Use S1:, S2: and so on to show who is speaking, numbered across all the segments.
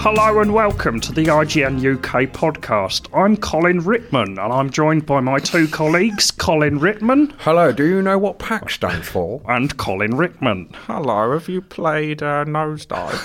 S1: Hello and welcome to the IGN UK podcast. I'm Colin Rittman and I'm joined by my two colleagues, Colin Rittman
S2: Hello, do you know what PAC stands for?
S1: and Colin Rittman.
S2: Hello, have you played uh, Nosedive?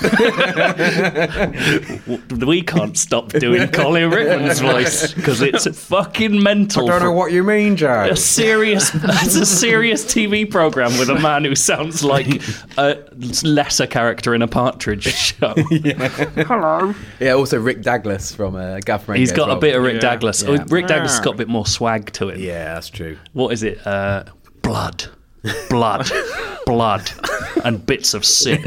S3: We can't stop doing Colin Rickman's voice because it's fucking mental.
S2: Don't know what you mean, Joe.
S3: a serious that's a serious TV program with a man who sounds like a lesser character in a Partridge show.
S1: Hello.
S4: Yeah, also Rick Douglas from uh, Gav
S3: He's got a bit of Rick Douglas. Oh,
S4: Yeah.
S3: Rick Douglas has got a bit more swag to him.
S4: Yeah, that's true.
S3: What is it? Uh, blood. Blood, blood, and bits of sick.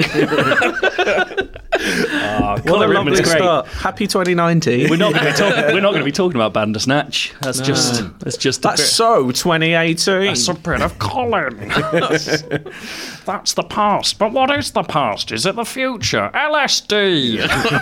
S3: Ah, Colin Rickman's great.
S5: Happy 2019.
S3: We're not going to be talking. We're not going to be talking about Bandersnatch. That's just. That's just. a
S5: That's
S3: bit-
S5: so 2018.
S1: It's a bit of Colin. That's the past. But what is the past? Is it the future? LSD.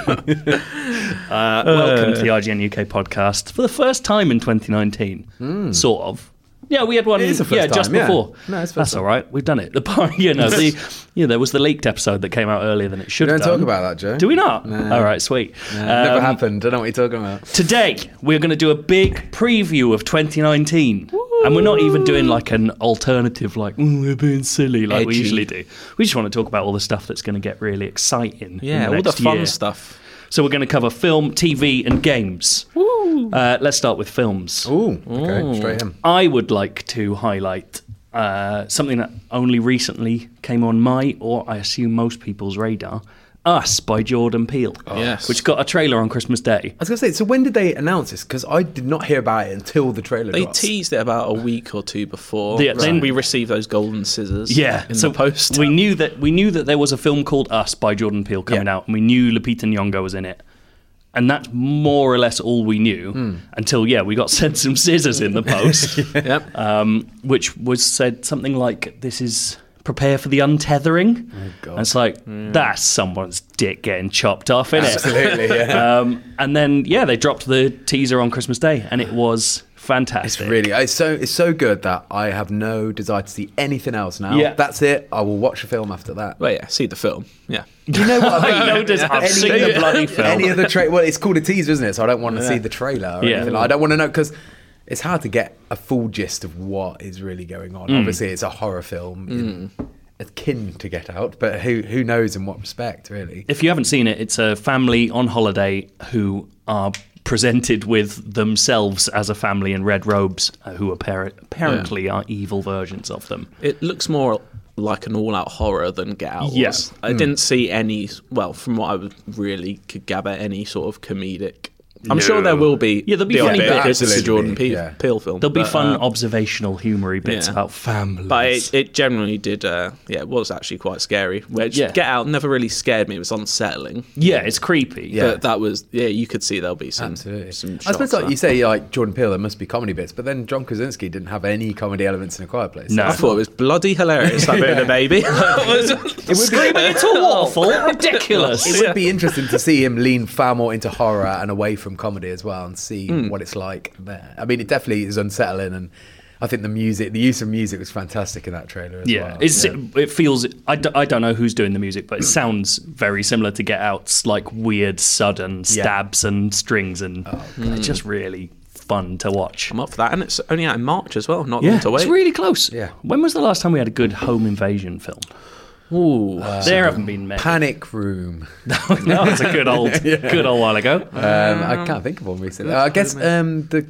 S3: Uh,
S4: Uh,
S3: Welcome to the IGN UK podcast for the first time in 2019, sort of. Yeah, we had one.
S4: Hmm. It is the first
S3: yeah, just
S4: time, yeah.
S3: before.
S4: No, it's the first
S3: That's
S4: time.
S3: all right. We've done it. The part, you know, the yeah, there was the leaked episode that came out earlier than it should.
S4: Don't
S3: have done.
S4: talk about that, Joe. Uh,
S3: Do we not? All right, sweet.
S4: Never
S3: Um,
S4: happened. Don't know what you're talking about.
S3: Today we're going to do a big preview of 2019, and we're not even doing like an alternative, like "Ooh, we're being silly, like we
S4: Edgy.
S3: usually do. We just want to talk about all the stuff that's going to get really exciting. in
S5: yeah, all the
S3: next
S5: fun
S3: year.
S5: stuff.
S3: So we're going to cover film, TV, and games. Uh, let's start with films.
S4: Ooh, okay, straight in.
S3: I would like to highlight uh, something that only recently came on my, or I assume most people's radar, Us by Jordan Peele.
S5: Yes.
S3: Which got a trailer on Christmas Day.
S4: I was gonna say, so when did they announce this? Because I did not hear about it until the trailer.
S5: They
S4: dropped.
S5: teased it about a week or two before.
S3: Yeah,
S5: so
S3: then-
S5: we received those golden scissors.
S3: Yeah,
S5: in
S3: so
S5: the post.
S3: we knew that we knew that there was a film called Us by Jordan Peele coming out, and we knew Lupita Nyong'o was in it, and that's more or less all we knew
S5: Hmm.
S3: until yeah, we got sent some scissors in the post,
S5: Yep.
S3: um, which was said something like, "This is prepare for the untethering."
S5: Oh,
S3: and it's like that's someone's dick getting chopped off, isn't
S4: Absolutely, yeah.
S3: Um, and then yeah, they dropped the teaser on Christmas Day, and it was fantastic.
S4: Really, it's so it's so good that I have no desire to see anything else now.
S3: Yeah.
S4: that's it. I will watch a film after that.
S5: Well, yeah, see the film. Yeah.
S4: Do you know what I mean?
S3: No desire- I've seen the bloody film.
S4: Any of the tra- well, it's called a teaser, isn't it? So I don't want to see the trailer. Or
S3: Yeah.
S4: anything. I don't want to know because it's hard to get a full gist of what is really going
S3: Mm.
S4: on. Obviously, it's a horror film, in- akin to Get Out, but who who knows in what respect, really?
S3: if you haven't seen it, it's a family on holiday who are presented with themselves as a family in red robes, uh, who appar- apparently are evil versions of them.
S5: It looks more like an all-out horror than Get Out. was.
S3: Yes.
S5: I
S4: Hmm.
S5: didn't see any. Well, from what I was- really could gather, any sort of comedic. I'm sure there will be.
S3: Yeah, there'll be
S5: odd
S3: funny
S5: bit,
S3: bits.
S5: because It's a Jordan Peele,
S4: Absolutely, yeah.
S5: Peele film.
S3: There'll be
S5: but,
S3: fun
S5: uh,
S3: observational, humoury bits
S5: yeah.
S3: about families.
S5: But it, it generally did. Uh, yeah, it was actually quite scary. Which
S3: Yeah.
S5: Get Out never really scared me. It was unsettling.
S3: yeah, it's creepy.
S4: Yeah.
S5: But that was yeah. You could see there'll be some.
S4: Absolutely.
S5: Some
S4: I suppose,
S5: shots
S4: like
S5: there.
S4: you say, like Jordan Peele, there must be comedy bits, but then John Krasinski didn't have any comedy elements in A Quiet Place.
S3: No.
S5: I thought it was bloody hilarious that bit of the baby. That was-
S3: Screaming into a waterfall? Ridiculous.
S4: It would be interesting to see him lean far more into horror and away from comedy as well and see
S3: Hmm.
S4: what it's like there. I mean, it definitely is unsettling. And I think the music, the use of music was fantastic in that trailer as
S3: Yeah,
S4: well.
S3: it's, it feels. I, d- I don't know who's doing the music, but it sounds very similar to Get Out's like weird, sudden stabs and strings, and it's just really fun to watch.
S5: I'm up for that, and it's only out in March as well. Not
S3: Yeah,
S5: long to wait.
S3: it's really close.
S4: Yeah.
S3: When was the last time we had a good home invasion film?
S5: Ooh,
S3: there haven't been many.
S4: Panic Room.
S3: that was a good old, good old while ago.
S4: Um, I can't think of one recently. I guess um, the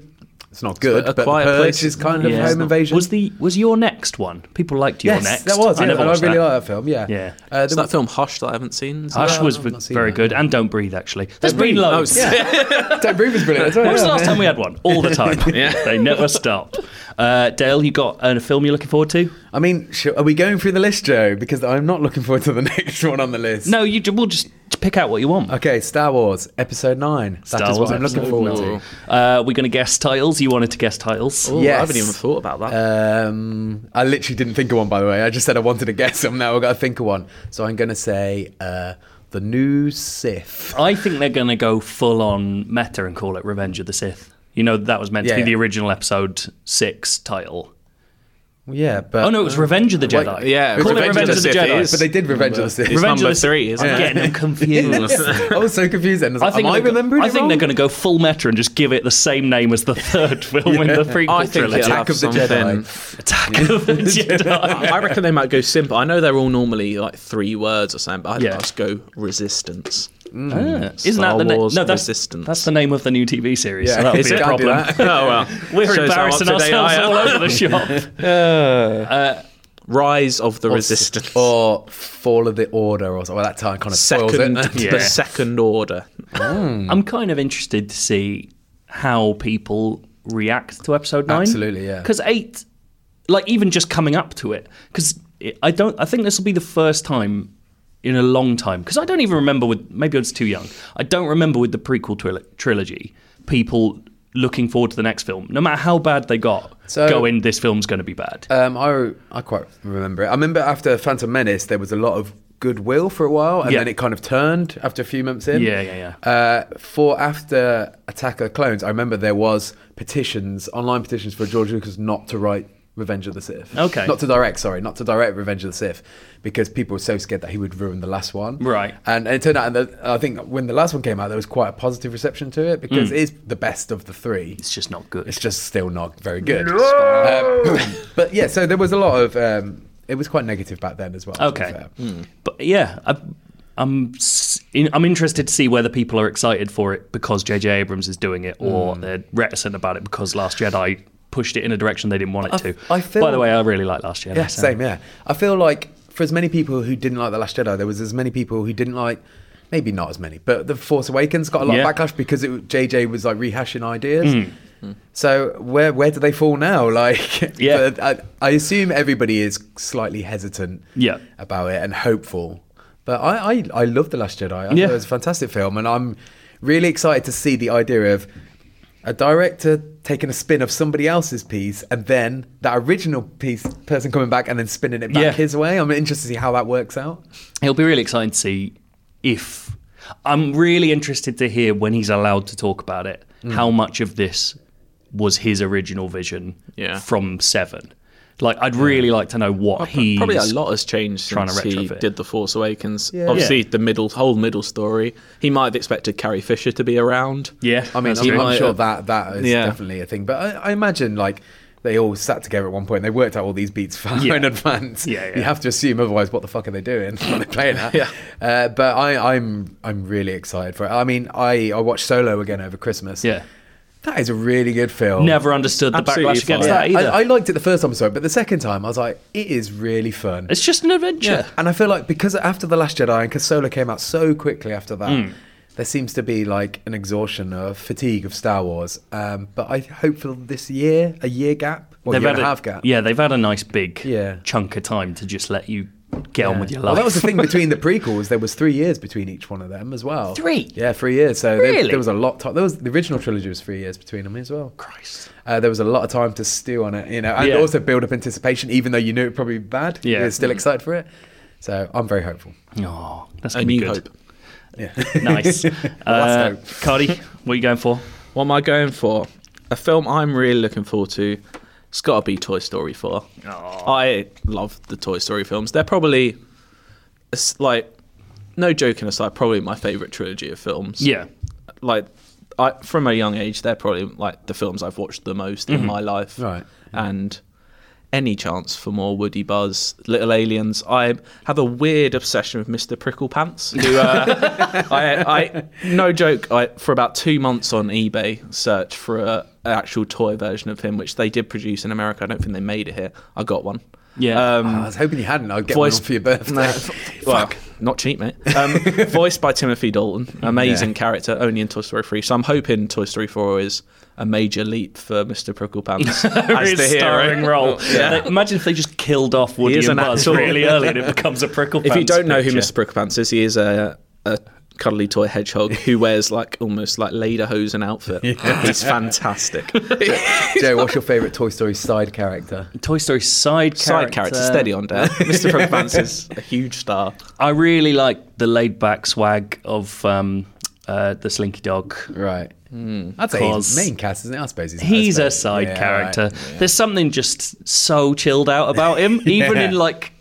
S4: it's not good,
S5: A
S4: but the
S5: Quiet
S4: Purge
S5: Place
S4: is
S5: is-
S4: kind of
S3: Yeah.
S4: home invasion.
S3: Was the was your next one? People liked your
S4: yes,
S3: next.
S4: that was.
S3: I
S4: yeah,
S3: never
S4: and
S3: watched
S4: really
S3: that.
S4: like that film. Yeah,
S3: Yeah.
S4: Uh,
S5: it's
S4: there
S5: that film Hush that I haven't seen. Is
S3: Hush
S5: that-
S3: was
S4: I've not seen
S3: very
S4: that.
S3: good, and Don't Breathe actually. There's been
S5: Oh,
S3: loads.
S5: yeah.
S4: was- Don't Breathe was brilliant. as well,
S3: When was the
S4: yeah.
S3: last time we had one? All the time.
S5: Yeah.
S3: They never stopped. Uh, Dale, you got a film you're looking forward to?
S4: I mean, sh- are we going through the list, Joe? Because I'm not looking forward to the next one on the list.
S3: No, you ju- we'll just pick out what you want.
S4: Okay, Star Wars Episode Nine. That
S3: Star
S4: is
S3: Wars
S4: what I'm looking
S3: Episode
S4: forward
S3: nine.
S4: to.
S3: Uh, we're going to guess titles. You wanted to guess titles.
S5: Ooh, I haven't
S4: Yes.
S5: even thought about that.
S4: Um, I literally didn't think of one, by the way. I just said I wanted to guess them. Now I've got to think of one. So I'm going to say uh, the new Sith.
S3: I think they're going to go full on meta and call it Revenge of the Sith. You know, that was meant to
S4: Yeah,
S3: be the
S4: yeah.
S3: original episode six title.
S4: Yeah, but
S3: Oh, no, it was Revenge of the Jedi.
S4: wait,
S5: yeah, it was
S3: call it
S5: Revenge
S3: Revenge
S5: of
S3: of the,
S5: the Sith, it
S3: Jedi.
S5: is.
S4: but they did Revenge of the Sith.
S3: Revenge
S5: number
S3: of the Sith.
S5: three, isn't
S3: I'm
S5: it?
S3: getting them confused.
S4: I was so confused. Then. I was
S3: I
S4: like,
S3: think
S4: Am I
S3: they're go-
S4: remembering?
S3: I
S4: it
S3: think
S4: wrong?
S3: they're going to go full meta and just give it the same name as the third film in the prequel
S5: Oh, I think
S3: trilogy.
S5: it'll
S4: Attack
S5: have
S4: of the
S5: something.
S4: Jedi.
S3: Attack of the Jedi.
S5: I reckon they might go simple. I know they're all normally like three words or something, but I'd
S3: Yeah.
S5: just go resistance.
S3: Ah, isn't
S5: Hmm. Star
S3: that the name?
S5: Wars
S3: No, that's,
S5: Resistance.
S3: that's the name of the new TV series.
S4: Yeah.
S3: so that'll
S4: Is
S3: be
S4: it?
S3: a
S4: Can't do
S3: problem.
S4: that.
S5: Oh well,
S3: We're
S5: Shows how
S3: embarrassing
S5: up to date I
S3: ourselves
S5: am.
S3: all over the shop.
S5: Rise of the Resistance.
S4: or Fall of the Order, or something. Well, that time kind of spoils
S5: second,
S4: it.
S3: Yeah.
S5: the Second Order.
S4: Mm.
S3: I'm kind of interested to see how people react to episode nine.
S4: Absolutely, yeah.
S3: Because eight, like even just coming up to it, because I don't, I think this will be the first time in a long time. Because I don't even remember with maybe I was too young. I don't remember with the prequel tril- trilogy people looking forward to the next film, no matter how bad they got.
S4: So-
S3: going, this film's going to be bad.
S4: Um, I I quite remember it. I remember after Phantom Menace, there was a lot of goodwill for a while, and
S3: Yeah.
S4: then it kind of turned after a few months in.
S3: Yeah, yeah, yeah.
S4: Uh, for after Attack of the Clones, I remember there was petitions, online petitions for George Lucas not to write Revenge of the Sith.
S3: Okay.
S4: Not to direct, sorry, not to direct Revenge of the Sith, because people were so scared that he would ruin the last one.
S3: Right.
S4: And, and it turned out, and the, I think when the last one came out, there was quite a positive reception to it because
S3: Mm.
S4: it is the best of the three
S3: it's just not good.
S4: it's just still not very good. Um, but yeah, so there was a lot of. Um, it was quite negative back then as well. to be
S3: Okay,
S4: fair.
S3: but yeah, I, I'm s- in, I'm interested to see whether people are excited for it because J.J. Abrams is doing it,
S4: Hmm.
S3: or they're reticent about it because Last Jedi pushed it in a direction they didn't want it
S4: I-
S3: to.
S4: I feel-
S3: By the way, I really like Last Jedi.
S4: Yeah,
S3: so-
S4: same. Yeah, I feel like for as many people who didn't like the Last Jedi, there was as many people who didn't like. Maybe not as many, but the Force Awakens got a lot
S3: Yeah. Hmm.
S4: of backlash because it, JJ was like rehashing ideas. So where where do they fall now? Like,
S3: Yeah.
S4: but I, I assume everybody is slightly hesitant.
S3: Yeah.
S4: about it and hopeful. But I, I, I love The Last Jedi. I
S3: Yeah.
S4: thought it was a fantastic film, and I'm really excited to see the idea of a director taking a spin of somebody else's piece and then that original piece person coming back and then spinning it back
S3: Yeah.
S4: his way. I'm interested to see how that works out.
S3: It'll be really exciting to see if I'm really interested to hear when he's allowed to talk about it.
S4: Hmm.
S3: How much of this was his original vision
S5: Yeah.
S3: from Seven? Like, I'd really like to know what he
S5: Probably a lot has changed
S3: trying to
S5: since he
S3: retrofit.
S5: did the Force Awakens. Obviously, the middle whole middle story. He might have expected Carrie Fisher to be around.
S3: Yeah,
S4: I mean,
S3: that's
S4: I'm,
S3: true.
S4: I'm
S5: might
S4: sure
S5: have-
S4: that that is
S5: Yeah.
S4: definitely a thing. But I, I imagine like they all sat together at one point. They worked out all these beats far
S3: Yeah.
S4: in advance.
S3: Yeah, yeah.
S4: You have to assume, otherwise, what the fuck are they doing? What are they playing at?
S5: Yeah.
S4: Uh, but I, I'm I'm really excited for it. I mean, I I watched Solo again over Christmas.
S3: Yeah.
S4: That is a really good film.
S3: never understood the
S5: Absolutely
S3: backlash against that
S5: fine.
S3: either.
S4: I, I liked it the first time I saw it, but the second time I was like, it is really fun.
S3: it's just an adventure.
S4: And I feel like because after The Last Jedi and because Solo came out so quickly after that, there seems to be like an exhaustion of fatigue of Star Wars. Um, but I hope for this year, a year gap, or year and a half gap.
S3: Yeah, they've had a nice big
S4: Yeah.
S3: chunk of time to just let you get on with your life.
S4: Well, that was the thing between the prequels. There was three years between each one of them as well.
S3: Three?
S4: Yeah, three years. So there-
S3: Really?
S4: there was a lot. Time, there was the original trilogy was three years between them as well. Christ. Uh, there was a lot of time to stew on it, you know, and
S3: Yeah.
S4: also build up anticipation, even though you knew it would probably be bad.
S3: Yeah. Mm.
S4: you're still excited for it. So I'm very hopeful.
S3: oh, that's
S5: A
S3: gonna be
S5: New
S3: good.
S5: Hope.
S3: Nice. uh, Cardi, what are you going for?
S5: What am I going for? A film I'm really looking forward to. It's got to be Toy Story 4. I love the Toy Story films. They're probably, it's like, no joking aside, probably my favourite trilogy of films.
S3: Yeah.
S5: Like, I, from a young age, they're probably like the films I've watched the most in my life.
S4: Right.
S5: And any chance for more Woody Buzz, Little Aliens. I have a weird obsession with Mr. Prickle Pants. Who, uh, I, I, no joke, I, for about two months on eBay, searched for a, an actual toy version of him, which they did produce in America. I don't think they made it here. I got one.
S3: Yeah.
S5: Um,
S4: I was hoping you hadn't. I'd get
S5: voice
S4: one for your birthday.
S5: well, not cheap, mate. Um, voiced by Timothy Dalton, amazing character, only in Toy Story 3. So I'm hoping Toy Story 4 is a major leap for Mr. Pricklepants as
S3: His
S5: the hero.
S3: starring role.
S5: Yeah.
S3: They- Imagine if they just killed off Woody
S5: is
S3: and
S5: an
S3: Buzz
S5: actor.
S3: really early and it becomes a prickle.
S5: If you
S3: Pants
S5: don't know who
S3: picture.
S5: Mr. Pricklepants is, he is a, a cuddly toy hedgehog who wears like almost like lederhosen outfit. He's fantastic.
S4: Joe, what's your favourite Toy Story side character?
S3: Toy Story side character.
S5: Side character, steady on down. Mr. Pricklepants is a huge star.
S3: I really like the laid back swag of um, uh, the Slinky Dog.
S4: Right. I'd say he's
S3: Cause-
S4: main cast, isn't it? I suppose he's.
S3: Hmm. He's
S4: I
S3: a
S4: suppose-
S3: side
S4: yeah, right.
S3: character. There's something just so chilled out about him, even in like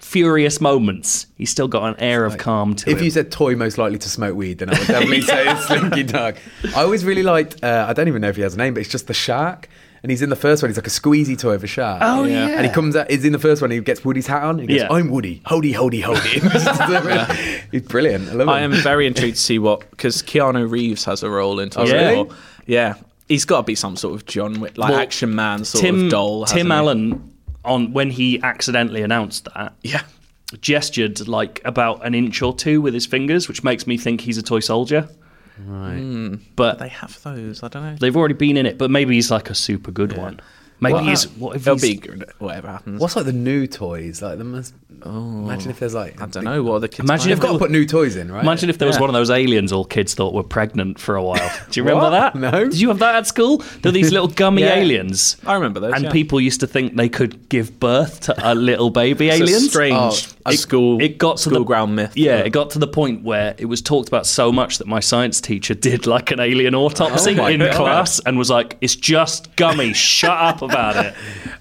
S3: furious moments. He's still got an air of calm to
S4: If
S3: him.
S4: you said toy most likely to smoke weed, then I would definitely say it's Slinky Dog. I always really liked. Uh, I don't even know if he has a name, but it's just the shark. And he's in the first one. He's like a squeezy toy of a shark.
S3: Oh, Yeah. yeah.
S4: And he comes out. He's in the first one. He gets Woody's hat on. He goes,
S3: Yeah.
S4: "I'm Woody. Hody, hody, hody." He's brilliant. I love him.
S5: I am very intrigued to see what because Keanu Reeves has a role in Toy Story
S3: Oh, really?
S5: 4. Yeah, he's got to be some sort of John Wick, like
S3: Well,
S5: action man sort
S3: Tim
S5: of doll.
S3: Tim
S5: hasn't he?
S3: Allen on when he accidentally announced that.
S5: Yeah.
S3: gestured like about an inch or two with his fingers, which makes me think he's a toy soldier. Right. But
S5: They have those. I don't know.
S3: they've already been in it, but maybe he's like a super good one. Maybe he's what if
S5: They'll
S3: he's,
S5: uh, be good, whatever happens.
S4: What's like the new toys? Like the most.
S3: Oh,
S4: imagine if there's like.
S5: I don't know. What are the kids?
S3: Imagine
S4: They've
S5: playing
S4: got to put
S5: with?
S4: new toys in, right?
S3: Imagine if there was
S5: Yeah.
S3: one of those aliens all kids thought were pregnant for a while. Do you remember
S4: What?
S3: that?
S4: No.
S3: Did you have that at school? There were these little gummy
S5: Yeah.
S3: aliens.
S5: I remember those.
S3: and
S5: yeah.
S3: people used to think they could give birth to a little baby
S5: It's a
S3: aliens.
S5: strange
S4: Oh,
S5: a school.
S3: it got to the
S5: school ground myth.
S3: Yeah, it got to the point where it was talked about so much that my science teacher did like an alien
S5: Oh
S3: autopsy in class and was like, "It's just gummy. shut up about it."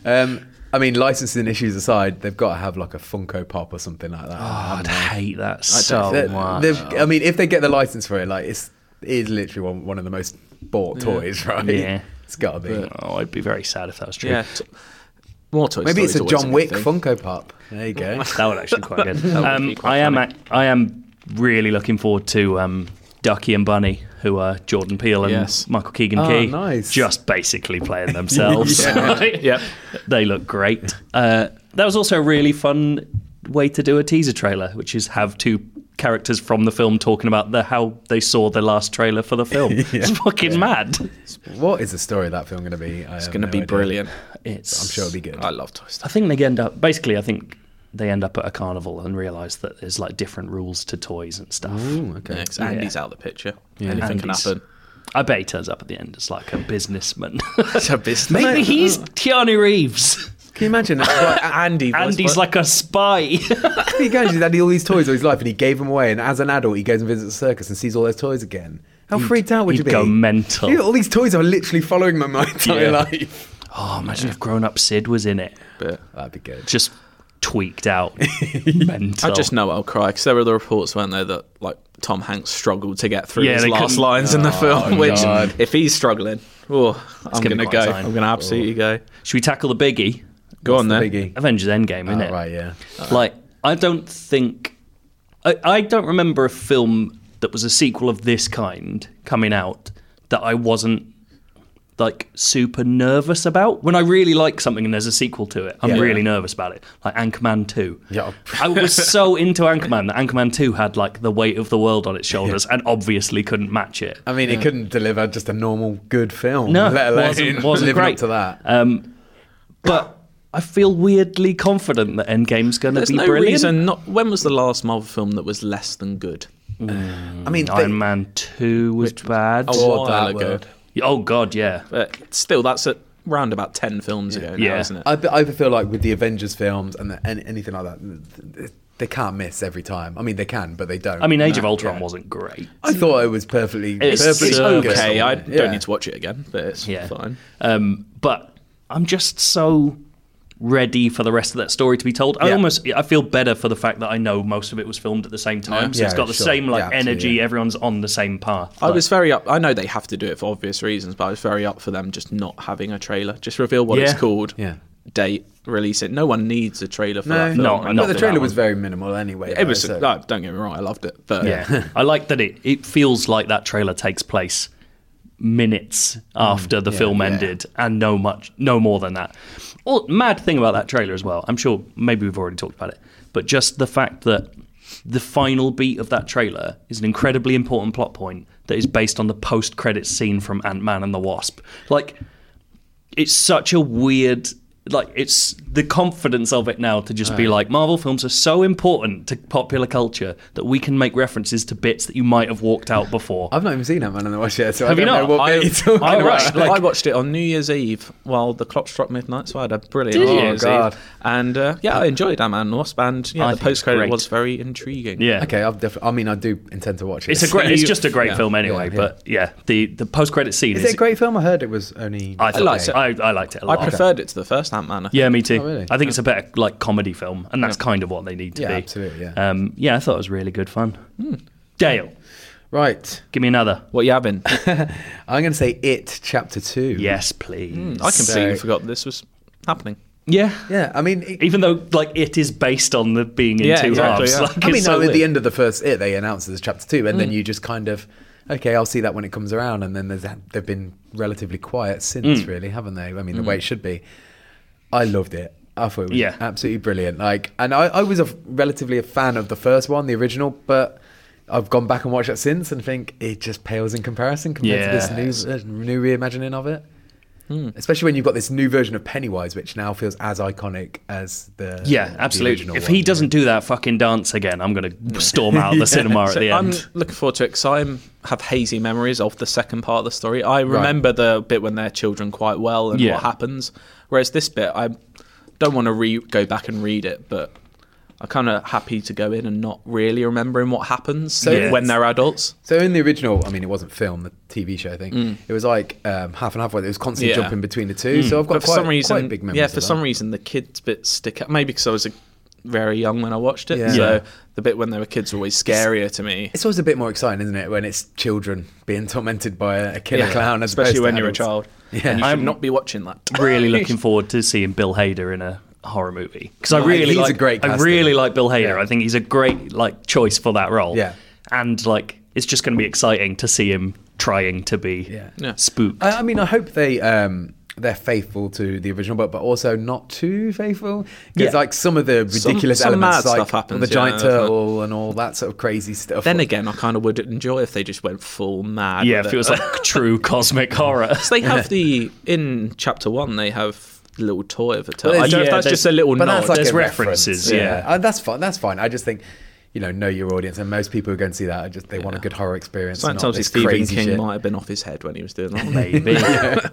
S4: Um, I mean, licensing issues aside, they've got to have like a Funko Pop or something like that.
S5: Oh,
S3: I'd hate that so
S4: They're-
S3: much.
S4: they've- I mean, if they get the license for it, like it's it is literally one, one of the most bought toys, right?
S3: Yeah.
S4: it's got to be.
S3: oh, I'd be very sad if that was true.
S5: Yeah. t- More Toy
S4: Maybe it's a
S5: Story's always
S4: John
S5: good
S4: Wick
S5: thing.
S4: Funko Pop. There you go.
S3: That would actually quite good. um,
S5: be quite
S3: I am. ac- I am really looking forward to um, Ducky and Bunny, who are Jordan Peele and
S5: Yes.
S3: Michael Keegan
S4: Ah,
S3: Key,
S4: nice.
S3: just basically playing themselves.
S5: Yep.
S3: they look great. Uh, that was also a really fun way to do a teaser trailer, which is have two characters from the film talking about the how they saw the last trailer for the film. It's fucking mad.
S4: what is the story of that film going to be? It's
S5: It's going to be brilliant.
S3: It's.
S4: I'm sure it'll be good.
S5: I love Toy
S3: I
S5: Story.
S3: think they end up basically. I think they end up at a carnival and realize that there's like different rules to toys and stuff.
S4: okay.
S5: It's Andy's out of the picture. Anything can
S3: Andy's-
S5: happen.
S3: I bet he turns up at the end as like a businessman.
S5: It's a business.
S3: Maybe he's Keanu Reeves.
S4: Can you imagine? Like,
S5: Andy. voiced
S3: Andy's
S5: by-
S3: like a spy.
S4: he goes, he's had all these toys all his life, and he gave them away. And as an adult, he goes and visits the circus and sees all those toys again. How freaked out would you
S3: He'd
S4: be?
S3: go mental.
S4: All these toys are literally following my entire life.
S3: Oh, imagine if grown up Sid was in it.
S5: But-
S4: That'd be good.
S3: Just tweaked out. mental.
S5: I just know I'll cry because there were the reports, weren't there, that like Tom Hanks struggled to get through
S3: Yeah,
S5: his
S3: they
S5: last
S3: couldn't- Oh,
S5: lines in the film. Which,
S4: God.
S5: if he's struggling, oh, I'm
S3: gonna
S5: gonna,
S3: be
S5: go.
S3: quite a sign.
S5: I'm gonna absolutely go.
S3: Should we tackle the biggie?
S5: Go on then.
S4: Biggie.
S3: Avengers Endgame,
S4: Oh,
S3: innit?
S4: right, yeah.
S3: Like, I don't think. I, I don't remember a film that was a sequel of this kind coming out that I wasn't, like, super nervous about. When I really like something and there's a sequel to it, I'm
S4: Yeah.
S3: really nervous about it. Like Anchorman 2.
S4: Yeah.
S3: I was so into Anchorman that Anchorman 2 had, like, the weight of the world on its shoulders and obviously couldn't match it.
S4: I mean, it couldn't deliver just a normal good film,
S3: No,
S4: let alone
S3: wasn't- wasn't
S4: living
S3: great. Uh,
S4: up to that.
S3: But. I feel weirdly confident that Endgame's going to
S5: There's
S3: be
S5: no
S3: brilliant.
S5: reason. Not when was the last Marvel film that was less than good?
S4: I mean,
S3: Iron
S4: they-
S3: Man 2 was bad.
S4: Oh,
S3: Oh,
S4: God, that
S5: ago.
S4: word.
S3: God, yeah.
S5: But still, that's at round about ten films ago now,
S3: Yeah.
S5: isn't it?
S4: I, be- I feel like with the Avengers films and the, any, anything like that, th- th- they can't miss every time. I mean, they can, but they don't.
S3: I mean, Age of Ultron wasn't great.
S4: I thought it was perfectly.
S3: It's-
S4: perfectly
S3: it's
S4: good.
S5: okay, I
S4: Yeah.
S5: don't need to watch it again, but it's
S3: Yeah.
S5: fine.
S3: Um, but I'm just so ready for the rest of that story to be told. I
S4: Yeah.
S3: almost I feel better for the fact that I know most of it was filmed at the same time, so
S4: Yeah,
S3: it's got the
S4: sure.
S3: same like
S4: Yeah, absolutely,
S3: energy.
S4: yeah.
S3: Everyone's on the same path.
S5: I
S3: Like,
S5: was very up. I know they have to do it for obvious reasons, but I was very up for them just not having a trailer. Just reveal what
S3: Yeah.
S5: it's called,
S4: Yeah.
S5: date, release it. No one needs a trailer for
S4: No,
S5: that. Film.
S3: No,
S5: I
S3: not
S4: but
S5: loved
S4: the
S5: it.
S4: trailer was very minimal anyway.
S5: It was.
S4: so-
S5: no, don't get me wrong. I loved it, but
S3: yeah. I like that it it feels like that trailer takes place minutes after the film ended and no much no more than that. Well, mad thing about that trailer as well. I'm sure maybe we've already talked about it, but just the fact that the final beat of that trailer is an incredibly important plot point that is based on the post credits scene from Ant Man and the Wasp. Like, it's such a weird like it's the confidence of it now to just be like Marvel films are so important to popular culture that we can make references to bits that you might have walked out before.
S4: I've not even seen Ant Man and the Wasp yet, so
S3: Have
S4: I
S3: you
S4: don't
S3: not?
S4: know what
S5: I,
S4: bit you're
S5: I
S4: talking about.
S5: watched, I watched it on New Year's Eve while the clock struck midnight, so I had a brilliant
S4: Did
S5: New
S4: you?
S5: Year's
S4: Oh, God.
S5: Eve. And uh, yeah, I enjoyed Ant Man and the Wasp, and yeah,
S3: I
S5: the
S3: think it's
S5: post credit
S3: great.
S5: was very intriguing.
S3: yeah.
S4: Okay, I've def- I mean, I do intend to watch it.
S3: It's a great it's just a great
S5: Yeah.
S3: film anyway,
S4: Yeah, yeah.
S3: but yeah, the the post credit scene
S4: Is
S3: is,
S4: it a great film? I heard it was only.
S3: I, thought-
S5: liked it.
S3: I, I liked it a
S5: I
S3: lot.
S5: preferred it to the first Ant Man.
S3: Yeah, me too.
S4: Oh, really?
S3: I think it's a better like comedy film, and that's kind of what they need to
S4: Yeah,
S3: be.
S4: absolutely, yeah. Hmm.
S3: Um, yeah, I thought it was really good fun. Dale,
S4: Right.
S3: give me another.
S5: What you having?
S4: I'm going to say It Chapter 2.
S3: Yes, please.
S4: Hmm,
S5: I
S4: So-
S5: completely forgot this was happening.
S3: Yeah.
S4: Yeah, I mean, it-
S3: Even though like it is based on the being in
S5: Yeah,
S3: two
S5: exactly,
S3: halves.
S5: yeah.
S3: Like,
S4: I
S3: it's
S4: mean,
S3: so
S4: no, at the
S3: weird. Mm.
S4: end of the first It, they announced there's Chapter 2, and then you just kind of, okay, I'll see that when it comes around. And then there's, they've been relatively quiet since,
S3: Mm.
S4: really, haven't they? I mean, the way it should be. I loved it. I thought it was
S3: Yeah.
S4: absolutely brilliant. Like, and I, I was a f- relatively a fan of the first one, the original, but I've gone back and watched it since and think it just pales in comparison compared to this new, uh, new reimagining of it.
S3: Mm.
S4: Especially when you've got this new version of Pennywise, which now feels as iconic as the
S3: Yeah,
S4: the
S3: absolutely.
S4: original
S3: If
S4: one,
S3: he
S4: yeah.
S3: doesn't do that fucking dance again, I'm going to storm out of the cinema at
S5: So
S3: the
S5: I'm
S3: end.
S5: looking forward to it because I have hazy memories of the second part of the story. I remember the bit when they're children quite well and
S3: Yeah.
S5: what happens, whereas this bit I don't want to re- go back and read it, but I'm kind of happy to go in and not really remembering what happens
S3: Yeah.
S5: when they're adults.
S4: So in the original, I mean, it wasn't film, the TV show thing. It was like um, half and half. Where it was constantly
S5: Mm. Yeah. Mm.
S4: jumping between the two. So I've got
S5: But
S4: quite,
S5: for some reason,
S4: quite big memories.
S5: yeah,
S4: of
S5: for
S4: that.
S5: some reason the kids bit stick out. Maybe because I was a, very young when I watched it,
S4: Yeah.
S5: so
S3: Yeah.
S5: the bit when they were kids were always scarier to me.
S4: it's always a bit more exciting, isn't it, when it's children being tormented by a a killer clown, as
S5: especially
S4: opposed to
S5: when you're a
S4: adults.
S5: child. Yeah, and you should
S3: I'm-
S5: not be watching that.
S3: really looking forward to seeing Bill Hader in a horror movie because I
S4: No,
S3: really
S4: he's a
S3: like
S4: great
S3: I
S4: casting.
S3: really like Bill Hader. I think he's a great like choice for that role.
S4: Yeah.
S3: and like it's just going to be exciting to see him trying to be
S4: Yeah.
S5: Yeah.
S3: spooked.
S4: I, I mean, I hope they um, they're faithful to the original book, but also not too faithful. Because
S3: Yeah.
S4: like some of the
S5: Some-
S4: ridiculous
S5: some
S4: elements,
S5: mad
S4: like
S5: stuff happens,
S4: the giant
S5: yeah,
S4: turtle and all that sort of crazy stuff.
S5: Then again, I kind of would enjoy if they just went full mad.
S3: yeah,
S5: with
S3: if it was like true cosmic horror.
S5: 'Cause they have the in chapter one. They have the little toy of a turtle.
S4: Well,
S5: I don't know
S3: yeah,
S5: if that's
S3: there's-
S5: just a little
S4: But
S5: nod.
S4: that's like
S3: there's
S4: a
S3: references,
S4: reference,
S3: yeah.
S4: Uh, that's fine. That's fine. I just think, you know, know your audience, and most people who go and see that are just they want a good horror experience. not
S5: Sometimes
S4: this
S5: Stephen
S4: crazy
S5: King
S4: shit.
S5: might have been off his head when he was doing that.
S3: Maybe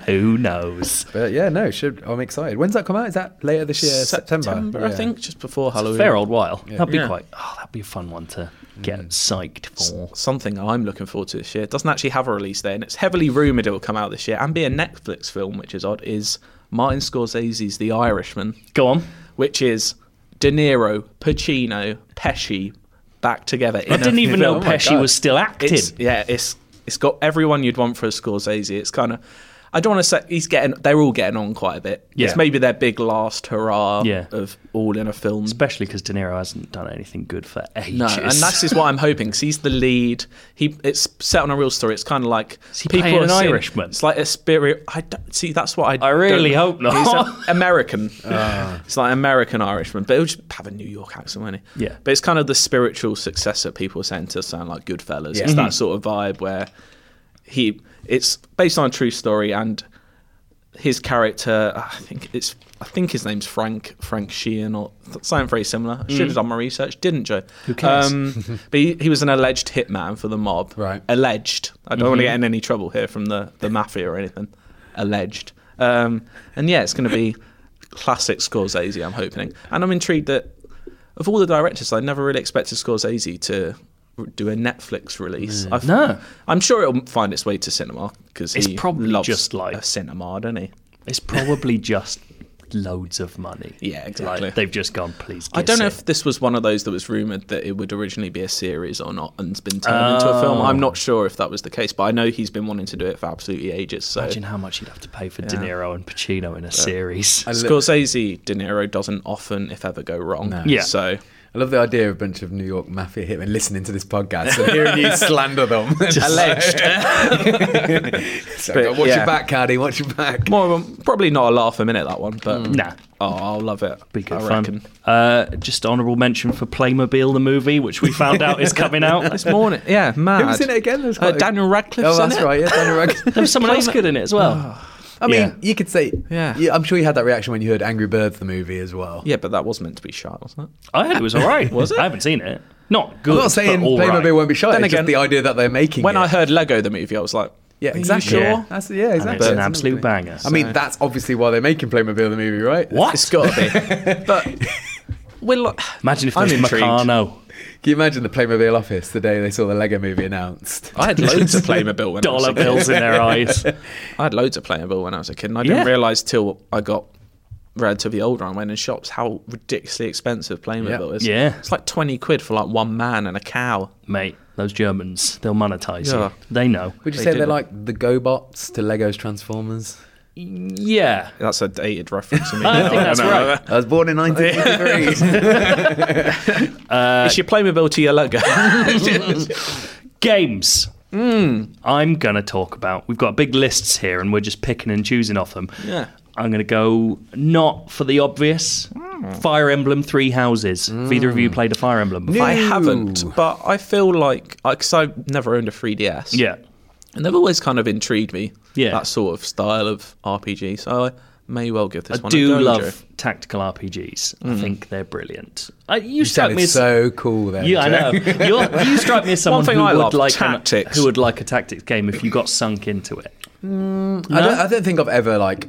S3: who knows?
S4: But yeah, no, should I'm excited. When's that come out? Is that later this year? September,
S5: I
S4: Yeah.
S5: think, just before Halloween.
S3: Fair old while. That'd be
S5: Yeah. Mm.
S3: quite. Oh, that'd be a fun one to get psyched for.
S5: Something I'm looking forward to this year. It doesn't actually have a release date, and it's heavily rumored it will come out this year and be a Netflix film, which is odd. Is Martin Scorsese's The Irishman,
S3: Go on.
S5: which is De Niro, Pacino, Pesci back together.
S3: I didn't even know Pesci was still acting.
S5: oh It's, yeah, it's it's got everyone you'd want for a Scorsese. It's kind of I don't want to say he's getting they're all getting on quite a bit.
S3: Yeah.
S5: It's maybe their big last hurrah
S3: Yeah.
S5: of all in a film.
S3: Especially because De Niro hasn't done anything good for ages.
S5: No, and that's just what I'm hoping because he's the lead. He it's set on a real story. It's kind of like
S3: he playing an
S5: seeing-
S3: Irishman?
S5: It's like a spirit. I don't, see. That's what I.
S3: I really
S5: don't-
S3: hope not.
S5: He's a- American. It's like American Irishman, but he'll just have a New York accent, won't he?
S3: Yeah.
S5: But it's kind of the spiritual successor people are saying to sound like Goodfellas.
S4: Yeah.
S5: It's
S3: Mm-hmm.
S5: that sort of vibe where he. It's based on a true story and his character, uh, I think it's, I think his name's Frank Frank Sheehan or th- something very similar. I should have done my research, didn't Joe? Who
S3: cares?
S5: Um, but he, he was an alleged hitman for the mob.
S4: Right.
S5: Alleged. I don't want to get in any trouble here from the the mafia or anything. Alleged. Um, and yeah, it's going to be classic Scorsese. I'm hoping, and I'm intrigued that of all the directors, I never really expected Scorsese to r- do a Netflix release. I've-
S3: No.
S5: I'm sure it'll find its way to cinema because
S3: It's
S5: he
S3: probably
S5: loves
S3: just like-
S5: a cinema, doesn't he?
S3: It's probably just loads of money.
S5: Yeah, exactly.
S3: Like, they've just gone, please.
S5: I don't know
S3: kiss
S5: if this was one of those that was rumored that it would originally be a series or not and's been turned into a film. I'm not sure if that was the case, but I know he's been wanting to do it for absolutely ages. So
S3: it. Imagine how much you'd have to pay for De Niro and Pacino in a series.
S5: Scorsese, De Niro doesn't often, if ever, go wrong.
S3: Yeah.
S5: So
S4: I love the idea of a bunch of New York mafia hitmen listening to this podcast and hearing you slander them.
S5: Alleged.
S4: So,
S5: But,
S4: watch
S5: yeah.
S4: your back, Caddy. Watch your back.
S5: More of a, probably not a laugh a minute that one, but
S3: Mm. Nah.
S5: Oh, I'll love it.
S3: Be good
S5: I
S3: fun.
S5: reckon.
S3: Uh, just honourable mention for Playmobil, the movie, which we found out is coming out.
S5: This morning, yeah, mad.
S4: Who's in it again? There's
S5: Uh,
S4: quite a-
S5: Daniel Radcliffe.
S4: Oh, that's right. Yeah, Daniel Radcliffe.
S3: There was someone else good in it as well.
S4: I mean,
S3: Yeah.
S4: you could say,
S5: Yeah.
S4: I'm sure you had that reaction when you heard Angry Birds the movie as well.
S5: Yeah, but that was meant to be shy, wasn't it?
S3: I heard it was all right. was it? I haven't seen it. Not good.
S4: I'm not saying
S3: but all
S4: Playmobil
S3: right.
S4: won't be shy.
S5: Then
S4: it's
S5: again,
S4: just the idea that they're making
S5: When
S4: it.
S5: I heard Lego the movie, I was like,
S4: yeah,
S5: "Are you
S4: exactly.
S5: sure?"
S3: Yeah.
S4: That's, yeah, exactly.
S3: And it's an
S4: That's
S3: absolute
S4: amazing.
S3: banger.
S4: I mean, that's obviously why they're making Playmobil the movie, right?
S3: what?
S5: It's got to be. but we're like,
S3: Imagine if
S5: I'm
S3: there's
S5: intrigued.
S3: Meccano,
S4: Can you imagine the Playmobil office the day they saw the Lego movie announced?
S5: I had loads of Playmobil when I was
S3: dollar
S5: a kid.
S3: bills in their eyes.
S5: I had loads of Playmobil when I was a kid, and I didn't
S3: Yeah.
S5: realise till I got relatively older and went in shops how ridiculously expensive Playmobil
S4: Yeah.
S5: is.
S3: Yeah.
S5: it's like twenty quid for like one man and a cow.
S3: Mate, those Germans, they'll monetize
S5: Yeah.
S3: you. They know.
S4: Would you
S5: They
S4: say
S5: did
S4: they're
S5: it.
S4: like the GoBots to Lego's Transformers?
S3: Yeah.
S5: That's a dated reference. I mean,
S3: I think that's right.
S4: I was born in 1983.
S5: it's your Playmobil to your Lego.
S3: Games. I'm going to talk about. We've got big lists here and we're just picking and choosing off them.
S5: Yeah.
S3: I'm going to go not for the obvious Fire Emblem Three Houses. Have either of you played a Fire Emblem before?
S5: I haven't, but I feel like because I've never owned a 3DS.
S3: Yeah.
S5: and they've always kind of intrigued me.
S3: Yeah.
S5: that sort of style of RPG. So I may well give this
S3: I
S5: one.
S3: do
S5: a go,
S3: love
S5: Joe.
S3: tactical RPGs. I think they're brilliant. I, you, strike me
S4: sounded
S3: as
S4: so cool there.
S3: Yeah, I
S4: Jack.
S3: know. You're, you strike me as someone
S5: thing
S3: who
S5: I
S3: would
S5: love,
S3: like an-
S5: tactics.
S3: who would like a tactics game if you got sunk into it.
S4: I don't, I don't think I've ever like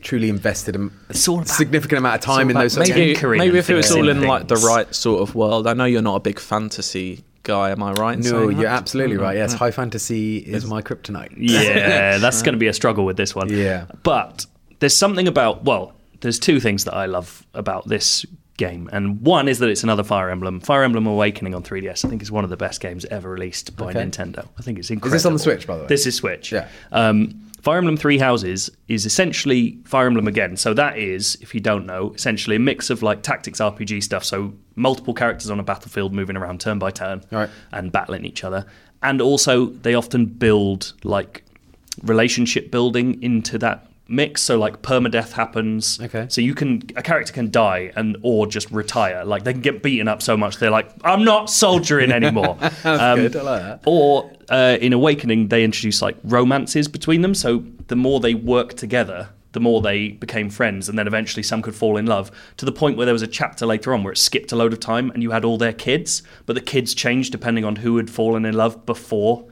S4: truly invested a
S3: It's all about-
S4: significant amount of time in
S3: about
S4: those. sorts of
S5: Maybe,
S4: games.
S3: tinkering
S5: maybe
S3: and
S5: if it was
S3: fixing
S5: all in like the
S3: things.
S5: right sort of world. I know you're not a big fantasy guy. Am I right? in
S4: No,
S5: saying
S4: you're
S5: that?
S4: absolutely right. Yes, high fantasy is my kryptonite.
S3: Yeah, that's going to be a struggle with this one.
S4: Yeah.
S3: But there's something about, well, there's two things that I love about this game. And one is that it's another Fire Emblem. Fire Emblem Awakening on 3DS, I think, is one of the best games ever released by Nintendo. I think it's incredible.
S4: on the Switch, by the way?
S3: This is Switch.
S4: Yeah.
S3: Um, Fire Emblem Three Houses is essentially Fire Emblem again. So that is, if you don't know, essentially a mix of like tactics RPG stuff. So multiple characters on a battlefield moving around turn by turn
S4: Right.
S3: and battling each other. And also they often build like relationship building into that mix. So like permadeath happens.
S4: Okay.
S3: So you can a character can die and or just retire. Like they can get beaten up so much they're like, I'm not soldiering anymore. Um, That's
S4: good. I like that.
S3: or uh, in Awakening, they introduced like romances between them. So the more they worked together, the more they became friends, and then eventually some could fall in love. To the point where there was a chapter later on where it skipped a load of time, and you had all their kids, but the kids changed depending on who had fallen in love before,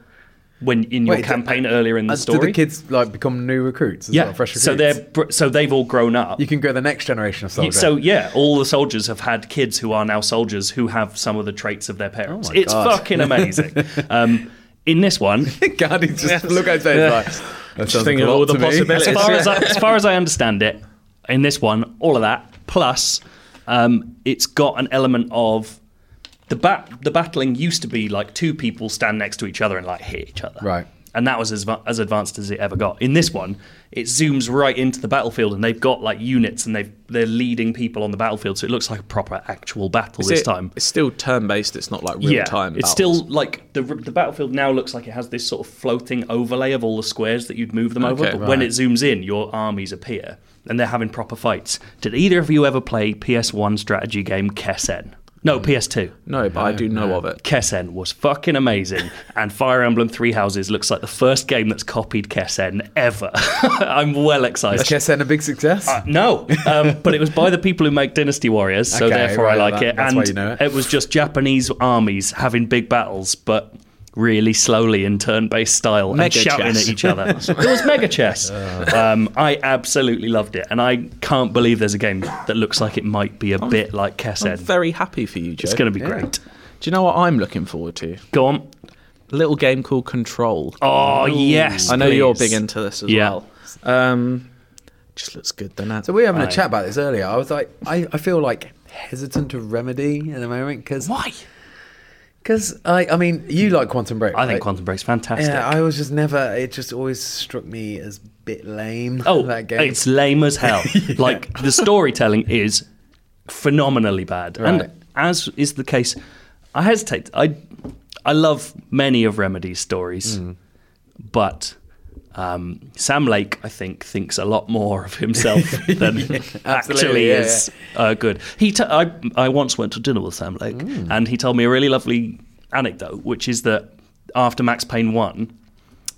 S3: when in your
S4: Wait,
S3: campaign
S4: uh,
S3: earlier in the
S4: And
S3: story.
S4: Do the kids like become new recruits? As
S3: yeah,
S4: well, fresh recruits.
S3: so they're br- so they've all grown up.
S4: you can grow the next generation of soldiers.
S3: So yeah, all the soldiers have had kids who are now soldiers who have some of the traits of their parents. it's
S4: Oh God.
S3: fucking amazing. um, in this one,
S4: Guardians just look at his face like. That sounds
S5: thinking of
S4: cool
S5: all the
S4: to me.
S5: possibilities.
S3: as
S5: It's-
S3: far as, I, as far as I understand it, in this one, all of that plus, um, it's got an element of the bat. The battling used to be like two people stand next to each other and like hit each other,
S4: Right.
S3: And that was as va- as advanced as it ever got. In this one, it zooms right into the battlefield, and they've got like units, and they they're leading people on the battlefield, so it looks like a proper actual battle
S5: Is
S3: this
S5: it-
S3: time.
S5: It's still turn based. It's not like real time.
S3: It's
S5: battles.
S3: still like the the battlefield now looks like it has this sort of floating overlay of all the squares that you'd move them over.
S5: Okay,
S3: But when it zooms in, your armies appear and they're having proper fights. Did either of you ever play PS1 strategy game Kessen? No, PS2.
S5: no, but I do know of it.
S3: Kessen was fucking amazing, and Fire Emblem Three Houses looks like the first game that's copied Kessen ever. I'm well excited.
S4: Is KSN a big success?
S3: No, um, but it was by the people who make Dynasty Warriors, so
S4: Okay,
S3: therefore
S4: right,
S3: I like
S4: that-
S3: it.
S4: that's
S3: and
S4: why you know it.
S3: was just Japanese armies having big battles, but really slowly in turn-based style and
S5: Mega
S3: shouting
S5: chess.
S3: at each other. it was mega chess.
S4: Uh.
S3: Um, I absolutely loved it, and I can't believe there's a game that looks like it might be a bit like
S5: I'm
S3: Kessen.
S5: very happy for you, Joe.
S3: it's going to be great.
S5: Do you know what I'm looking forward to?
S3: Go on.
S5: A little game called Control.
S3: Oh yes,
S5: I know you're
S3: please.
S5: big into this as
S3: Yeah.
S5: well. Um, just looks good, doesn't it?
S4: So we were having a chat about this earlier. I was like, I, I feel like hesitant to remedy at the moment because
S3: Why?
S4: because I I mean you like Quantum Break.
S3: I think
S4: right?
S3: Quantum Break's fantastic.
S4: Yeah, I was just never. It just always struck me as a bit lame.
S3: Oh,
S4: that game.
S3: it's lame as hell. Like the storytelling is phenomenally bad,
S4: Right.
S3: and as is the case, I hesitate. I I love many of Remedy's stories,
S4: Hmm.
S3: but um, Sam Lake, I think, thinks a lot more of himself than actually
S4: yeah,
S3: is Uh, good. He, t- I, I once went to dinner with Sam Lake,
S4: Mm.
S3: and he told me a really lovely anecdote, which is that after Max Payne one,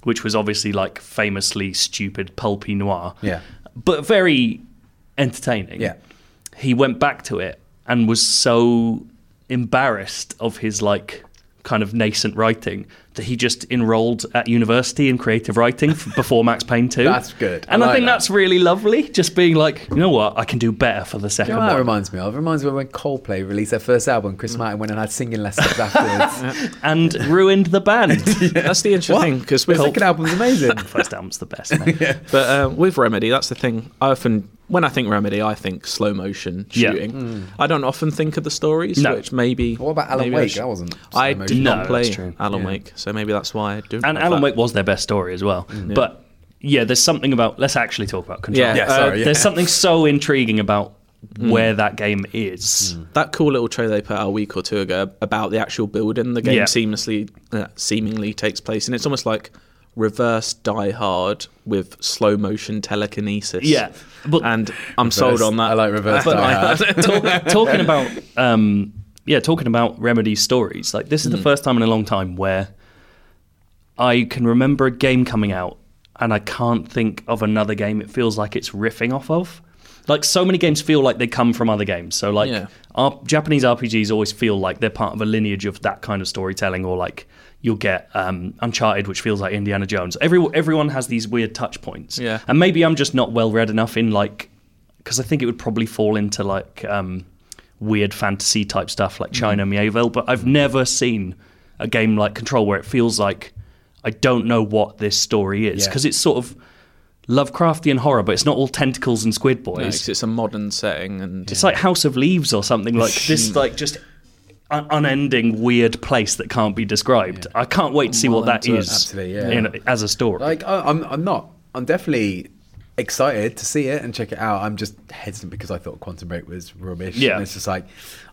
S3: which was obviously like famously stupid pulpy noir,
S4: Yeah.
S3: but very entertaining.
S4: Yeah.
S3: He went back to it and was so embarrassed of his like kind of nascent writing that he just enrolled at university in creative writing f- before Max Payne 2.
S4: That's good. I
S3: And I,
S4: like
S3: think
S4: that.
S3: that's really lovely just being like, you know what, I can do better for the second
S4: You know what that
S3: one.
S4: reminds me of? It reminds me of when Coldplay released their first album.
S3: Mm.
S4: Chris Martin went and had singing lessons afterwards.
S3: And ruined the band.
S5: That's the interesting thing because
S4: the second album's amazing.
S3: First album's the best. mate.
S5: But uh, with Remedy, that's the thing. I often, when I think Remedy, I think slow motion
S3: Yeah.
S5: shooting. I don't often think of the stories,
S3: No.
S5: which maybe.
S4: Mm. What about Alan
S5: maybe I
S4: Wake?
S5: should-
S4: That wasn't slow
S5: I
S4: motion.
S5: did
S3: No,
S5: not play
S3: that's true.
S5: Alan Wake, so maybe that's why I didn't.
S3: And
S5: have
S3: Alan
S5: that. Mm,
S3: Wake was their best story as well. But yeah, there's something about. Let's actually talk about Control.
S5: Yeah, uh, Hmm. Yeah,
S4: sorry, yeah.
S3: There's something so intriguing about where that game is.
S5: That cool little trailer they put out a week or two ago about the actual building, the game
S3: Yeah.
S5: seamlessly, uh, seemingly takes place, and it's almost like reverse Die Hard with slow motion telekinesis.
S3: Yeah, but-
S5: and I'm sold on that.
S4: I like reverse
S5: But
S4: Die Hard.
S3: Talk, talking about um, yeah, talking about Remedy stories. Like this is the
S5: Hmm.
S3: first time in a long time where I can remember a game coming out and I can't think of another game it feels like it's riffing off of. Like so many games feel like they come from other games. So like
S5: Yeah.
S3: our Japanese RPGs always feel like they're part of a lineage of that kind of storytelling or like you'll get um, Uncharted which feels like Indiana Jones. Every, everyone has these weird touch points.
S5: Yeah.
S3: And maybe I'm just not well read enough in like cuz I think it would probably fall into like um, weird fantasy type stuff
S4: Mm-hmm.
S3: like China Mieville, but I've never seen a game like Control where it feels like I don't know what this story is
S4: Yeah.
S3: because it's sort of Lovecraftian horror, but it's not all tentacles and squid
S5: No,
S3: boys.
S5: 'cause it's a modern setting, and
S3: It's like House of Leaves or something like this, like just un- unending weird place that can't be described. I can't wait to see what that
S5: into it.
S3: is
S4: Absolutely, yeah.
S3: in, as a story.
S4: Like I, I'm, I'm not. I'm definitely excited to see it and check it out. I'm just hesitant because I thought Quantum Break was rubbish.
S3: Yeah.
S4: and it's just like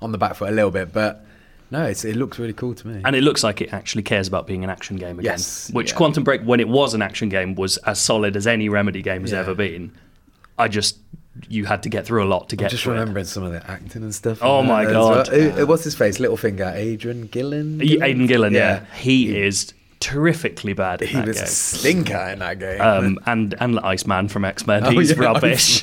S4: on the back foot a little bit, but no, it's, it looks really cool to me.
S3: and it looks like it actually cares about being an action game again.
S4: Yes,
S3: which
S4: yeah.
S3: Quantum Break, when it was an action game, was as solid as any Remedy game has
S4: Yeah.
S3: ever been. I just you had to get through a lot to get.
S4: just
S3: to it.
S4: remembering some of the acting and stuff.
S3: Oh
S4: in
S3: my
S4: there as
S3: God.
S4: well. Who- who- what's his face? Littlefinger, Adrian Gillen.
S3: Y- Aidan E- Gillen, yeah, he, is terrifically bad in
S4: He
S3: that
S4: was a
S3: game.
S4: stinker in that game.
S3: Um, and and Iceman from X Men, he's
S4: Oh, yeah,
S3: rubbish.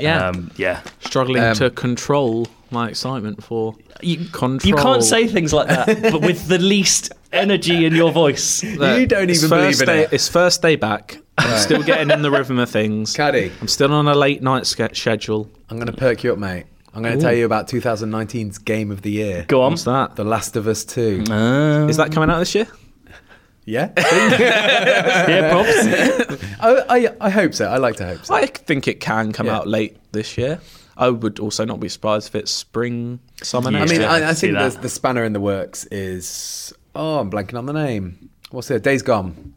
S5: yeah,
S3: Um, yeah,
S5: struggling to control my excitement for Um, you, control.
S3: you can't say things like that, but with the least energy in your voice.
S5: that.
S4: You don't
S5: It's
S4: even
S5: first
S4: believe in
S5: day-
S4: it.
S5: It's first day back. I'm still getting in the rhythm of things.
S4: Caddy.
S5: I'm still on a late night ske- schedule.
S4: I'm going to perk you up, mate. I'm going to tell you about 2019's game of the year.
S3: Go on. Mm.
S5: What's that?
S4: The Last of Us 2.
S5: Is that coming out this year?
S4: Yeah?
S3: Yeah, props.
S4: I, I, I hope so. I like to hope so.
S5: I think it can come
S4: Yeah.
S5: out late this year. I would also not be surprised if it's spring, summer
S3: Yeah.
S4: I
S5: next
S4: mean,
S5: year.
S4: I, I
S3: see
S4: think the,
S3: that.
S4: the spanner in the works is. Oh, I'm blanking on the name. What's it? Days Gone.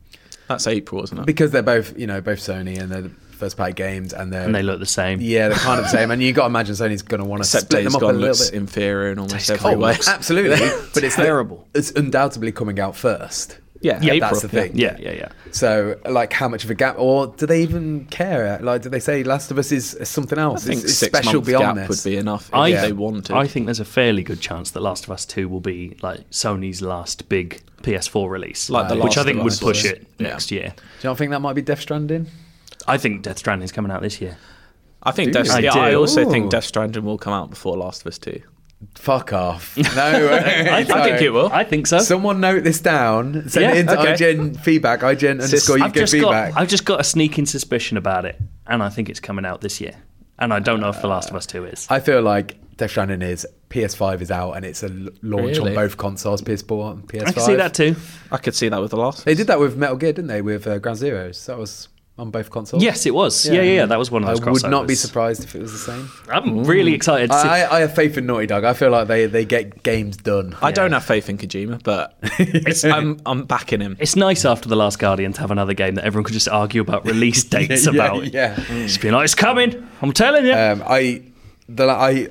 S5: That's April, isn't it?
S4: Because they're both, you know, both Sony and they're the first party games and they're.
S3: And they look the same.
S4: yeah, they're kind of the same. And you got to imagine Sony's going to want to
S5: Except
S4: split
S5: Days
S4: them up a
S5: Gone
S4: little
S5: looks
S4: bit.
S5: inferior in almost
S4: Oh,
S5: every way.
S4: absolutely. but it's
S3: terrible.
S4: it's undoubtedly coming out first.
S5: Yeah,
S3: Yeah,
S5: April.
S4: That's the thing.
S3: Yeah, yeah, yeah.
S4: So, like, how much of a gap, or do they even care? Like, do they say Last of Us is something
S5: I
S4: else?
S5: think
S4: it's, it's
S5: six
S4: special
S5: month
S4: beyond
S5: gap
S4: this.
S5: would be enough if
S3: I,
S5: they wanted.
S3: I think there's a fairly good chance that Last of Us 2 will be like Sony's last big PS4 release,
S5: Like the
S3: which
S5: Last
S3: I
S5: of
S3: think would
S5: Us
S3: push
S5: was.
S3: it
S5: Yeah.
S3: next year.
S4: Do you not think that might be Death Stranding?
S3: I think Death Stranding is coming out this year.
S5: I think.
S4: Do
S5: Death,
S3: you?
S5: yeah,
S3: I
S5: I,
S3: do.
S5: also
S4: Ooh.
S5: think Death Stranding will come out before Last of Us Two.
S4: Fuck off. No, I
S5: I think it will.
S3: I think so.
S4: Someone note this down. Send it
S3: Yeah,
S4: into
S5: okay.
S4: IGN feedback. IGN underscore you
S3: I've
S4: give
S3: just
S4: feedback.
S3: got I've just got a sneaking suspicion about it, and I think it's coming out this year. And I don't know if The Last of Us 2 is.
S4: I feel like Death Stranding is PS5 is out and it's a l- launch on
S5: Really?
S4: both consoles, PS4 and PS5.
S3: I can see that too.
S5: I could see that with the last.
S4: They did that with Metal Gear, didn't they? With uh, Ground Zeroes. That was on both consoles.
S3: Yes, it was. Yeah, yeah, yeah. That was one of those
S4: I would not be
S3: crossovers.
S4: surprised if it was the same.
S3: I'm really excited to see.
S4: I, I, I have faith in Naughty Dog. I feel like they, they get games done.
S5: I don't have faith in Kojima, but I'm I'm backing him.
S3: it's nice after The Last Guardian to have another game that everyone could just argue about release dates about.
S4: yeah. Uh,
S3: Just being like, it's coming. I'm telling you.
S4: Um, I, Um, the, I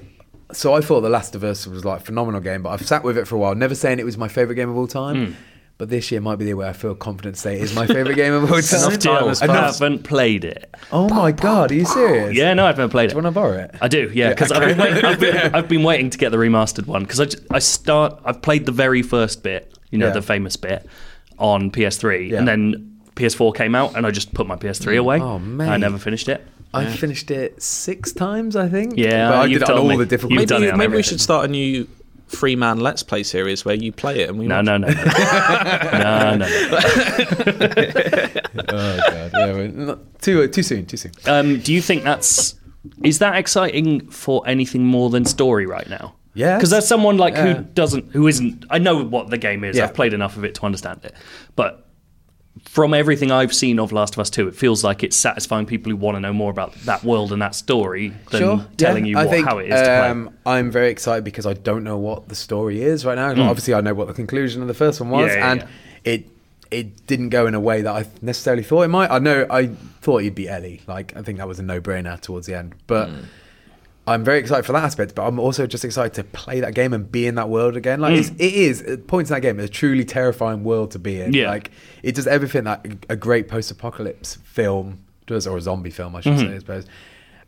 S4: so I thought The Last of Us was like a phenomenal game, but I've sat with it for a while, never saying it was my favorite game of all time.
S3: Hmm.
S4: But this year might be the year where I feel confident to say it is my favorite game of all time.
S3: Still,
S5: has
S3: I
S5: passed.
S3: haven't played it.
S4: oh my god, are you serious?
S3: Yeah, no, I haven't played it.
S4: Do you want to borrow it?
S3: I do, yeah, because I've, been wait- I've, been, I've been waiting to get the remastered one because I, j- I start I've played the very first bit, you know,
S4: Yeah.
S3: the famous bit on PS3,
S4: Yeah.
S3: and then PS4 came out, and I just put my PS3 away.
S4: Oh,
S3: man, I
S4: mate.
S3: never finished it.
S4: I finished it six times, I think.
S3: Yeah,
S4: but I
S3: you've
S4: did it on
S3: told
S4: all
S3: me.
S4: the difficult.
S3: You've done
S5: Maybe,
S3: it on
S5: maybe we
S3: everything.
S5: should start a new free man let's play series where you play it and we
S3: No,
S5: watch
S3: no, no, no, no, no. no.
S4: Oh god, yeah, we're not, too too soon, too soon.
S3: Um, do you think that's is that exciting for anything more than story right now?
S4: Yeah.
S3: because there's someone like
S4: Yeah.
S3: who doesn't, who isn't. I know what the game is.
S4: Yeah.
S3: I've played enough of it to understand it, but from everything I've seen of Last of Us Two, it feels like it's satisfying people who want to know more about that world and that story than telling
S4: yeah. um,
S3: you what, how it is to play.
S4: I'm very excited because I don't know what the story is right now. Obviously, I know what the conclusion of the first one was,
S3: Hmm. Yeah, yeah,
S4: and
S3: yeah.
S4: it it didn't go in a way that I necessarily thought it might. I know I thought you'd be Ellie. Like I think that was a no brainer towards the end, but.
S3: Hmm.
S4: I'm very excited for that aspect, but I'm also just excited to play that game and be in that world again.
S5: Mm.
S4: Like it's, it is at points in that game, it's a truly terrifying world to be in.
S3: Yeah.
S4: Like it does everything that a great post-apocalypse film does, or a zombie film, I should
S5: Mm-hmm.
S4: say, I suppose.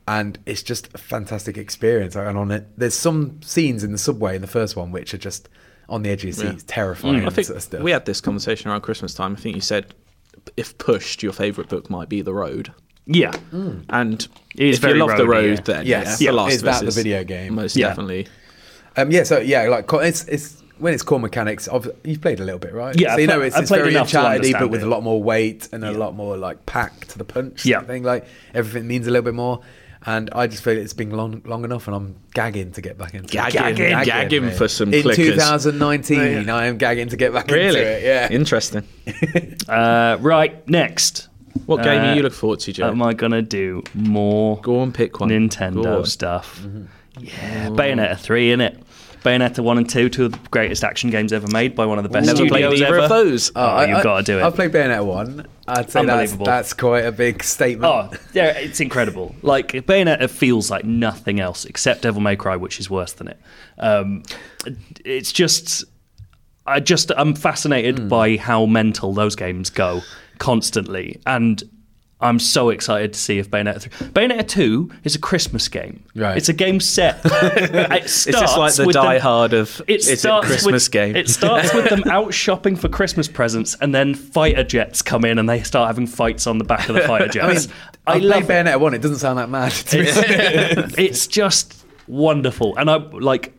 S4: And it's just a fantastic experience. Like, And on it, there's some scenes in the subway in the first one which are just on the edge of your seats, terrifying.
S5: Mm. I
S4: and
S5: think
S4: sort of stuff.
S5: we had this conversation around Christmas time. I think you said, if pushed, your favourite book might be The Road.
S3: Yeah,
S4: hmm.
S5: And
S3: It is
S5: if you
S3: very
S5: love The
S3: roady,
S5: Road,
S3: yeah.
S5: then
S4: Yes.
S5: yes,
S4: Yeah.
S5: The Last
S4: Is
S5: of Us
S4: that the video game?
S5: Most
S3: Yeah.
S5: definitely.
S4: Um, yeah, so yeah, like co- it's it's when it's core mechanics. Of, you've played a little bit, right?
S3: Yeah,
S4: so you
S3: I pla-
S4: know it's,
S3: I
S4: it's
S3: played
S4: very
S3: enough to
S4: uncharted, but
S3: understand
S4: with
S3: it.
S4: a lot more weight and a lot more like pack to the punch.
S3: Yeah.
S4: Yeah, thing like everything means a little bit more. And I just feel it's been long long enough, and I'm gagging to get back into it.
S5: Gagging, gagging,
S4: mate.
S5: for some
S4: in
S5: clickers.
S4: 2019. I am gagging to get back
S5: Really?
S4: into it. Yeah,
S5: Interesting.
S3: uh, right. Next,
S5: What game
S3: Uh,
S5: are you looking forward to, Joe?
S3: am I gonna do more?
S5: Go on, Mm-hmm. pick one. Go
S3: Nintendo
S5: on.
S3: stuff. Yeah, Bayonetta 3, innit? Bayonetta 1 and 2, two of the greatest action games ever made by one of the best
S5: Never played
S3: studios
S5: either
S3: ever.
S5: of those.
S3: Oh, you've got to do it.
S4: I've played Bayonetta one. I'd say that's,
S3: Unbelievable.
S4: that's quite a big statement.
S3: Oh, yeah, it's incredible. Like Bayonetta feels like nothing else except Devil May Cry, which is worse than it. Um, it's just, I just, I'm fascinated
S5: Hmm.
S3: by how mental those games go constantly, and I'm so excited to see if Bayonetta three. Bayonetta two is a Christmas game.
S4: Right.
S3: it's a game set. it starts
S5: It's just like the
S3: with them-
S5: Die Hard of
S3: It
S5: it's a
S3: starts
S5: Christmas
S3: with,
S5: game.
S3: It starts with them out shopping for Christmas presents, and then fighter jets come in and they start having fights on the back of the fighter jets. I,
S4: I've
S3: love
S4: played
S3: it.
S4: Bayonetta one. It doesn't sound that mad. To me.
S3: It's just wonderful, and I like.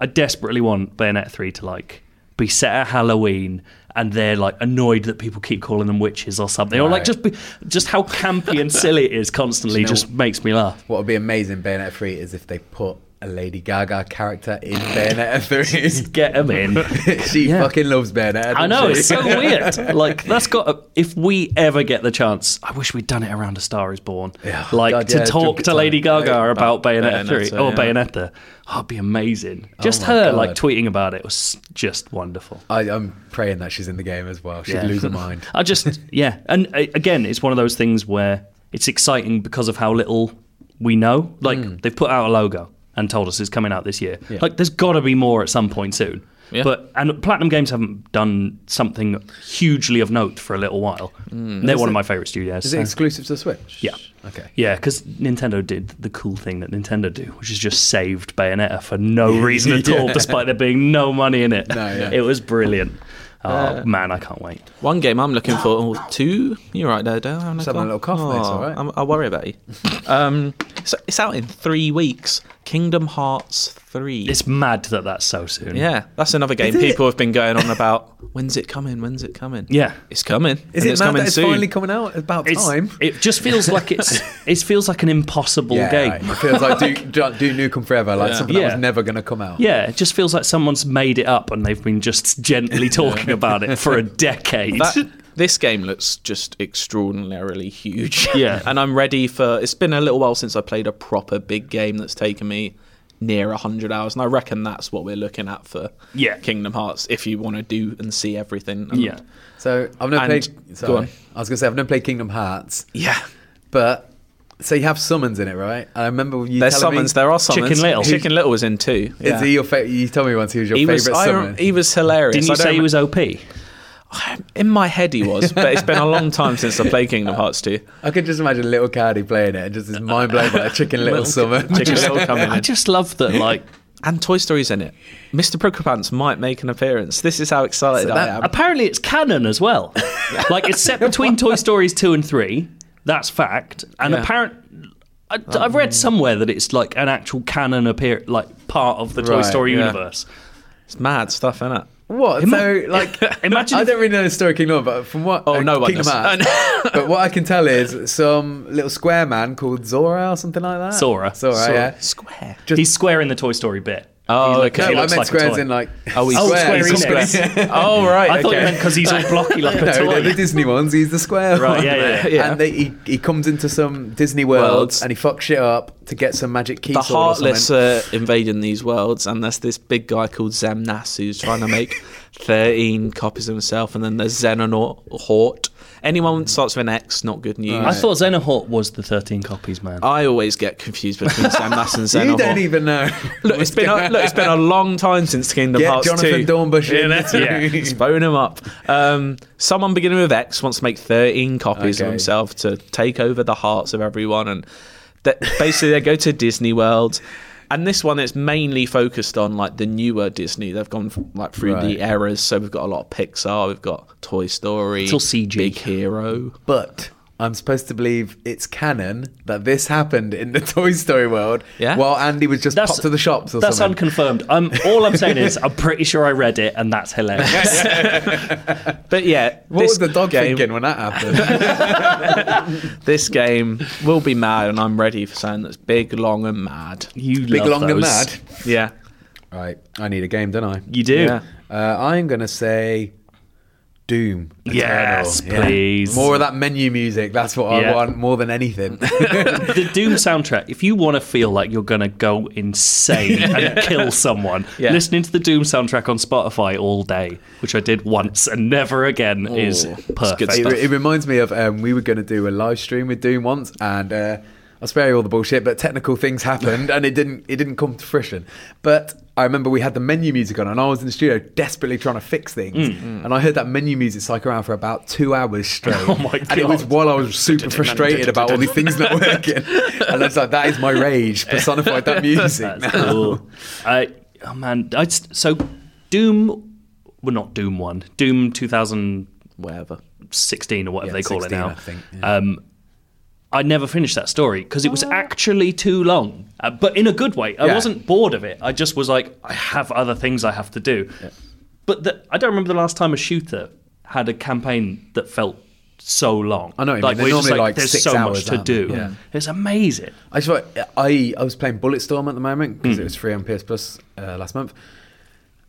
S3: I desperately want Bayonetta three to like be set at Halloween, and they're like annoyed that people keep calling them witches or something, or like
S4: Right.
S3: just be, just how campy and silly it is constantly just makes me laugh.
S4: What would be amazing in Bayonetta 3 is if they put a Lady Gaga character in Bayonetta
S3: Get them in.
S4: 3. she
S3: Yeah.
S4: fucking loves Bayonetta.
S3: I
S4: doesn't
S3: know
S4: she?
S3: it's so weird. Like that's got. A, if we ever get the chance, I wish we'd done it around A Star Is Born.
S4: Yeah.
S3: like
S4: God,
S3: to
S4: yeah,
S3: talk
S4: drunk
S3: to Lady
S4: time. Oh,
S3: Gaga about Bayonetta
S5: Bayonetta,
S3: three or
S5: yeah.
S3: Bayonetta. Oh, it'd be amazing. Just
S4: Oh my
S3: her
S4: God.
S3: like tweeting about it was just wonderful.
S4: I, I'm praying that she's in the game as well. She'd
S3: Yeah.
S4: lose her mind.
S3: I just yeah, and uh, again, it's one of those things where it's exciting because of how little we know. Like
S4: Hmm.
S3: they've put out a logo and told us it's coming out this year. Like there's got to be more at some point soon.
S5: Yeah.
S3: But and Platinum Games haven't done something hugely of note for a little while. They're one of my favorite studios.
S4: Is Hmm. it
S3: so-
S4: exclusive to Switch?
S3: Yeah.
S4: Okay.
S3: yeah, because Nintendo did the cool thing that Nintendo do, which is just saved Bayonetta for no reason at all, despite there being no money in it.
S4: No, yeah. Uh,
S3: It was brilliant. Oh man, I can't wait.
S5: One game I'm looking for. Oh, two. You're right there, Dale. Having
S4: Just having a little cough, mate, it's all right.
S5: I'm, I worry about you. um, so it's out in three weeks. Kingdom Hearts three.
S3: It's mad that that's so soon.
S5: yeah, that's another game
S4: it?
S5: people have been going on about. When's it coming? When's it coming?
S3: Yeah.
S5: it's coming.
S4: Is
S5: and
S4: it
S5: it's
S4: mad
S5: coming
S4: that it's
S5: soon.
S4: finally coming out? About
S3: It's-
S4: time.
S3: It just feels like it's it feels like an impossible
S4: yeah,
S3: game.
S4: right. It feels like do, do, do New Come Forever, like something
S3: Yeah.
S4: that was never going to come out.
S3: Yeah, it just feels like someone's made it up and they've been just gently talking about it for a decade.
S5: That- this game looks just extraordinarily huge.
S3: Yeah.
S5: and I'm ready for. It's been a little while since I played a proper big game that's taken me near 100 hours and I reckon that's what we're looking at for
S3: Yeah.
S5: Kingdom Hearts if you want to do and see everything. And-
S3: yeah.
S4: So I've never
S5: And-
S4: played.
S5: go on.
S4: Sorry. I was going to say, I've never played Kingdom Hearts,
S5: Yeah.
S4: but So you have summons in it, right? I remember you
S5: There's
S4: telling me-
S5: summons. There are summons.
S3: Chicken Little.
S5: Chicken Little was in two.
S4: Is he your fa- you told me once he was your
S5: He
S4: favorite
S5: was. I,
S4: summon.
S5: rem- he was hilarious.
S3: Didn't you
S5: I don't
S3: say he
S5: rem-
S3: was OP?
S5: In my head, he was, but it's been a long time since I played Kingdom Hearts 2.
S4: I could just imagine little Cardi playing it and just his mind blown by a chicken little summon.
S5: Chicken Little coming
S3: I
S5: in.
S3: just love that, like,
S5: And Toy Story's in it. Mr. Pricklebants might make an appearance. This is how excited
S4: So that-
S5: I am.
S3: apparently it's canon as well. like, it's set between Toy Stories 2 and 3. That's fact. And
S5: Yeah. Um,
S3: apparent. I, I've read somewhere that it's like an actual canon appear, like part of the Toy
S4: Right,
S3: Story
S5: yeah.
S3: universe.
S5: It's mad stuff, isn't it?
S4: What? So like,
S3: Imagine
S4: I
S3: if-
S4: don't really know the story of Kingdom, Hearts, but from what uh,
S5: Oh, no one
S4: Kingdom
S5: does.
S4: Hearts. but what I can tell is some little square man called Zora or something like that.
S3: Zora.
S4: Zora,
S3: Zora.
S4: yeah.
S5: Square.
S3: He's square in the Toy Story bit.
S5: Oh,
S4: No,
S5: okay.
S4: I
S3: looks
S4: meant
S3: like a
S4: squares
S3: toy.
S4: in like
S5: Oh, he's
S3: Square
S4: he's
S3: Enix.
S4: square.
S5: oh, right.
S3: I thought you
S5: okay.
S3: meant because he's all blocky like a
S4: no,
S3: toy.
S4: the Disney ones. He's the square
S3: Right,
S4: one.
S3: yeah, yeah, yeah.
S5: Yeah.
S4: And they, he, he comes into some Disney world
S5: Worlds.
S4: and he fucks shit up to get some magic key.
S5: the
S4: sword or
S5: Heartless uh,
S4: something.
S5: are invading these worlds, and there's this big guy called Zemnas who's trying to make 13 copies of himself, and then there's Xenonaut, Hort. Anyone starts with an X, not good news.
S3: I thought Xenohort was the 13 copies,
S4: Oh,
S3: man.
S5: I always get confused between Zemnas and Xenonaut.
S4: You don't even know.
S5: Look, it's been a, look, it's been a long time since Kingdom
S4: Get
S5: Hearts
S4: Jonathan
S5: 2.
S4: Dornbush in.
S3: Yeah.
S5: Just bone him up. Um, someone beginning with X wants to make 13 copies of
S4: Okay.
S5: himself to take over the hearts of everyone. And that, basically, they go to Disney World. And this one is mainly focused on like the newer Disney. They've gone like through
S4: Right.
S5: the eras, so we've got a lot of Pixar, we've got Toy Story,
S3: It's all CG.
S5: Big Hero.
S4: But I'm supposed to believe it's canon that this happened in the Toy Story world
S5: Yeah?
S4: while Andy was just popped to the shops or
S3: that's
S4: something.
S3: unconfirmed. Um, all I'm saying is I'm pretty sure I read it, and that's hilarious.
S5: But yeah,
S4: what
S5: this
S4: was the dog
S5: game,
S4: thinking when that happened?
S5: This game will be mad, and I'm ready for something that's big, long, and mad.
S3: you
S4: Big
S3: love
S4: long and
S3: those.
S4: mad.
S5: Yeah,
S4: Right, I need a game, don't I?
S3: You do.
S5: Yeah.
S4: Uh, I'm gonna say Doom. Eternal.
S3: Yes, please.
S4: More of that menu music. That's what
S3: Yeah.
S4: I want more than anything.
S3: The Doom soundtrack. If you want to feel like you're gonna go insane and kill someone,
S5: Yeah.
S3: listening to the Doom soundtrack on Spotify all day, which I did once and never again,
S4: Oh,
S3: is perfect.
S5: good
S4: it,
S5: stuff.
S4: it reminds me of um, we were going to do a live stream with Doom once, and uh, I'll spare you all the bullshit. But technical things happened, and it didn't it didn't come to fruition. But I remember we had the menu music on, and I was in the studio desperately trying to fix things, and I heard that menu music cycle around for about two hours straight.
S3: Mm. Oh my
S4: And it was
S3: God.
S4: while I was super frustrated about all these things not working, and I was like, that is my rage personified. That music.
S3: That's cool. I, oh man, I, just- so Doom, well not Doom one, Doom 2016
S5: whatever.
S3: or whatever
S4: Yeah,
S3: they call
S4: 16,
S3: it now.
S4: I think,
S3: um, I never finished that story because it was actually too long, uh, but in a good way. I
S4: Yeah.
S3: wasn't bored of it. I just was like, I have other things I have to do. But the, I don't remember the last time a shooter had a campaign that felt so long.
S4: I know what you mean. They're
S3: we're just
S4: normally like
S3: there's
S4: six
S3: so
S4: hours,
S3: much to
S4: aren't
S3: do.
S4: they? Yeah.
S3: It's amazing.
S4: I just thought, I I was playing Bulletstorm at the moment because
S3: Hmm.
S4: it was free on PS Plus uh, last month,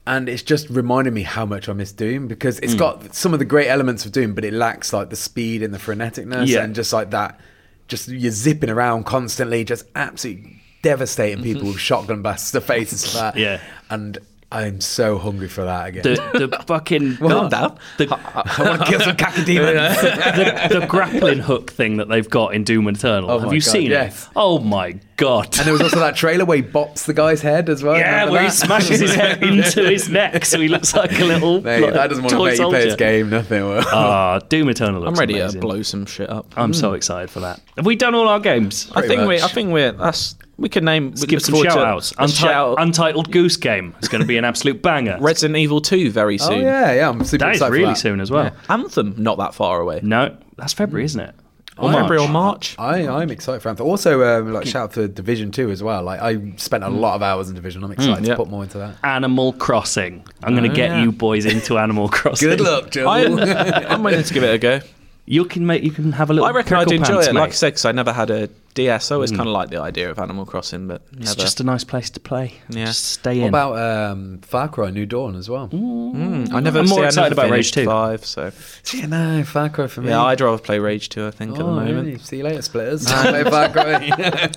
S4: and it's just reminding me how much I miss Doom because
S3: Hmm.
S4: it's got some of the great elements of Doom, but it lacks like the speed and the freneticness
S3: Yeah.
S4: and just like that, just you're zipping around constantly, just absolutely devastating people with shotgun blasts to the face and stuff. like that.
S3: Mm-hmm. Yeah.
S4: and I'm so hungry for that again.
S3: The the fucking
S5: Calm down.
S3: the,
S4: I want to kill some cacodemons.
S3: the, the grappling hook thing that they've got in Doom Eternal.
S4: Oh
S3: Have
S4: my
S3: you
S4: God,
S3: seen
S4: yes.
S3: it? Oh my god!
S4: And there was also that trailer where he bops the guy's head as well.
S3: yeah,
S4: Remember
S3: where he
S4: that?
S3: smashes his head into his neck, so he looks like a little.
S4: Mate,
S3: like,
S4: that doesn't want to
S3: toy
S4: make you
S3: soldier.
S4: play his game. Nothing will.
S3: Ah, Doom Eternal.
S5: I'm
S3: Looks
S5: ready uh, Mm.
S3: amazing.
S5: to blow some shit up.
S3: I'm so excited for that. Have we done all our games?
S5: I think we. I
S4: much.
S5: think we're. That's we could name. we
S3: Give
S5: look
S3: some
S5: forward
S3: shout
S5: to
S3: outs.
S5: a shout-
S3: Untitled Goose Game. It's going to be an absolute banger.
S5: Resident Evil 2 very
S4: Oh
S5: soon.
S4: yeah, yeah, I'm super
S3: that is
S4: excited. for
S3: really
S4: that.
S3: soon as well.
S5: Anthem not that far away.
S3: No, that's February, isn't it? Or
S5: February
S3: March.
S5: or March.
S4: I, I'm excited for Anthem. Also, um, like shout out to Division Two as well. Like I spent a lot of hours in Division. I'm excited
S5: yeah.
S4: to put more into that.
S3: Animal Crossing. I'm going to
S5: Oh,
S3: get you boys into Animal Crossing.
S4: Good luck, Joe.
S5: I'm, I'm willing to give it a go.
S3: You can make. You can have a little.
S5: I reckon I'd
S3: prickle
S5: enjoy
S3: pants,
S5: it. Like I
S3: mate. Hmm.
S5: said, 'cause I never had a DS. I always kind of like the idea of Animal Crossing, but never.
S3: It's just a nice place to play.
S5: Yeah.
S3: Just stay
S4: What
S3: in.
S4: about um, Far Cry New Dawn as well?
S5: I never.
S3: I'm more
S5: see, I
S3: excited
S5: never
S3: about Rage
S5: finished
S3: 2.
S5: Five. So
S4: Yeah, no, Far Cry for me.
S5: yeah, I'd rather play Rage Two. I think at the
S4: Oh,
S5: moment.
S4: really? See you later, splitters. Play Far Cry.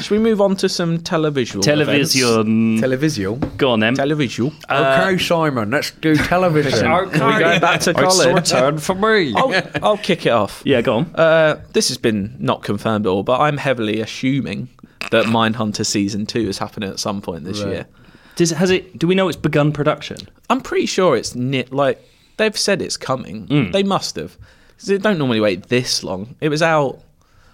S5: Should we move on to some televisual? events?
S3: Television.
S4: Televisual.
S3: mm, Go on then.
S5: Televisual.
S4: okay, Simon, let's do television.
S5: Are we going back to college? Oh.
S3: for me.
S5: I'll, I'll kick it off.
S3: Yeah, go on.
S5: Uh, this has been not confirmed at all, but I'm heavily assuming that Mindhunter season two is happening at some point this year.
S3: Does, has it? Do we know it's begun production?
S5: I'm pretty sure it's knit. Like they've said, it's coming.
S3: Mm.
S5: They must have. 'Cause They don't normally wait this long. It was out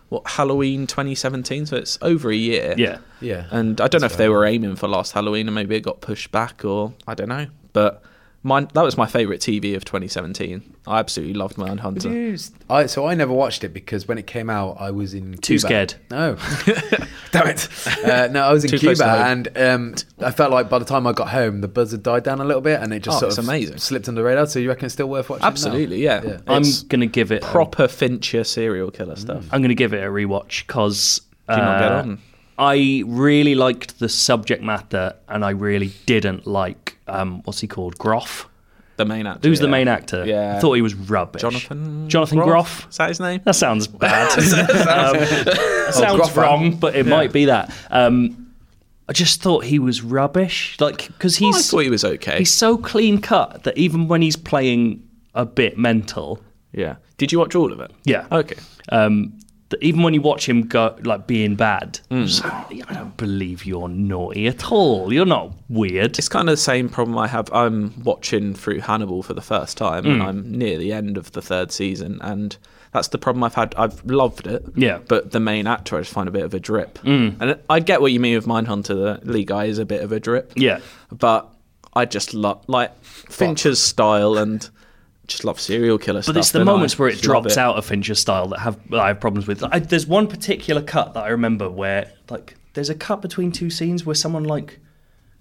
S5: what Halloween 2017, so it's over a year.
S3: Yeah.
S4: Yeah.
S5: And I don't know if they were aiming for last Halloween, and maybe it got pushed back, or I don't know. But mine, that was my favorite TV of 2017. I absolutely loved Mindhunter.
S4: Dudes. I, so I never watched it because when it came out, I was in
S3: Too
S4: Cuba.
S3: scared.
S4: No, damn it. Uh, no, I was in
S5: Too close
S4: Cuba,
S5: to home.
S4: and um, I felt like by the time I got home, the buzz had died down a little bit, and it just
S5: Oh,
S4: sort
S5: it's
S4: of
S5: amazing.
S4: slipped under the radar. So you reckon it's still worth watching? now?
S5: Absolutely, yeah.
S4: Yeah.
S3: I'm
S5: It's
S3: gonna give it. a-
S5: proper Fincher serial killer stuff.
S3: I'm gonna give it a rewatch because
S5: you not get on?
S3: I really liked the subject matter, and I really didn't like um, what's he called, Groff.
S5: The main actor.
S3: Who's the
S5: yeah.
S3: main actor?
S5: Yeah.
S3: I thought he was rubbish.
S5: Jonathan.
S3: Jonathan Groff.
S5: Is that his name?
S3: That sounds bad. um,
S5: Oh,
S3: it sounds
S4: Groffer.
S3: wrong, but it might be that. Um, I just thought he was rubbish, like because
S5: I
S3: he's
S5: thought he was okay.
S3: he's so clean cut that even when he's playing a bit mental,
S5: Yeah. Did you watch all of it?
S3: yeah,
S5: Okay.
S3: um, that even when you watch him go like being bad,
S5: Hmm.
S3: it's like, I don't believe you're naughty at all. You're not weird.
S5: It's kind of the same problem I have. I'm watching through Hannibal for the first time, and
S3: Mm.
S5: I'm near the end of the third season, and that's the problem I've had. I've loved it,
S3: Yeah. Mm.
S5: but the main actor I just find a bit of a drip, and I get what you mean with Mindhunter. The lead guy is a bit of a drip,
S3: Yeah.
S5: but I just love like Fincher's style and just love serial killer stuff.
S3: But it's the
S5: and I
S3: moments where it
S5: just love
S3: drops out of Fincher style that have that I have problems with. I, there's one particular cut that I remember where like there's a cut between two scenes where someone like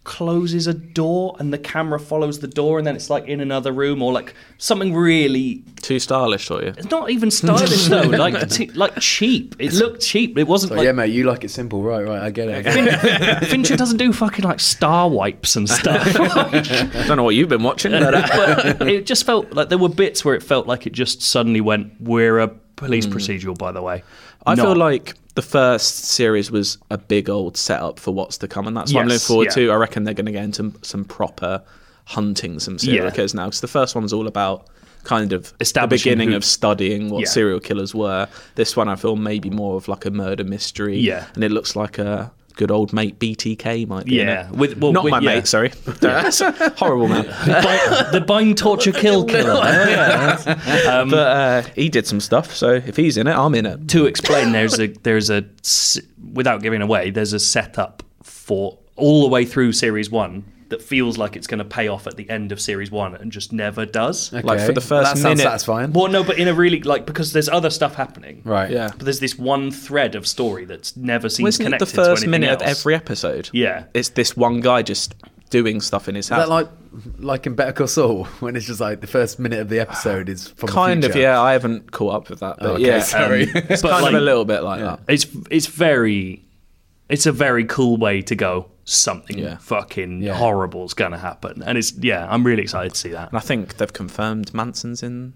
S3: closes a door and the camera follows the door and then it's like in another room or like something really
S5: Too stylish, for you?
S3: it's not even stylish though like t- like cheap it looked cheap it wasn't
S4: So,
S3: like
S4: yeah, mate, you like it simple, right? Right, I get it. I get it.
S3: Fincher doesn't do fucking like star wipes and stuff
S5: I don't know what you've been watching, but uh,
S3: but it just felt like there were bits where it felt like it just suddenly went we're a police procedural by the way
S5: Hmm. I
S3: Not-
S5: feel like the first series was a big old setup for what's to come, and that's what I'm
S3: Yes,
S5: looking forward
S3: yeah.
S5: to. I reckon they're going to get into some proper hunting some serial
S3: Yeah.
S5: killers now, because the first one was all about kind of the
S3: Establishing
S5: beginning
S3: who-
S5: of studying what
S3: Yeah.
S5: serial killers were. This one I feel maybe more of like a murder mystery,
S3: Yeah.
S5: and it looks like a good old mate BTK might be, in
S3: Yeah,
S5: it.
S3: with- well,
S5: not
S3: with-
S5: my
S3: yeah.
S5: mate, sorry, That's a horrible man.
S3: Bind- the bind torture kill killer. Um,
S5: but uh, he did some stuff, so if he's in it, I'm in it.
S3: to explain, there's a there's a s- without giving away, there's a setup for all the way through series one that feels like it's going to pay off at the end of series one and just never does.
S5: Like for
S4: Okay.
S5: the first
S4: that sounds
S5: minute-
S4: satisfying.
S3: Well, no, but in a really like because there's other stuff happening,
S4: Right.
S5: Yeah.
S3: But there's this one thread of story that's never seems
S5: Wasn't it
S3: connected
S5: the first
S3: to anything
S5: minute of
S3: else.
S5: every episode?
S3: Yeah.
S5: It's this one guy just doing stuff in his
S4: Is
S5: house.
S4: that like like in Better Call Saul when it's just like the first minute of the episode is from the
S5: kind of,
S4: future? Oh,
S5: yeah. I haven't caught up with that. But
S4: okay,
S5: yeah,
S4: sorry.
S5: um, it's
S3: But
S5: kind
S3: like-
S5: of a little bit like that.
S3: It's it's very it's a very cool way to go. Something
S5: Yeah.
S3: fucking horrible's gonna happen, and it's yeah. I'm really excited to see that.
S5: And I think they've confirmed Manson's in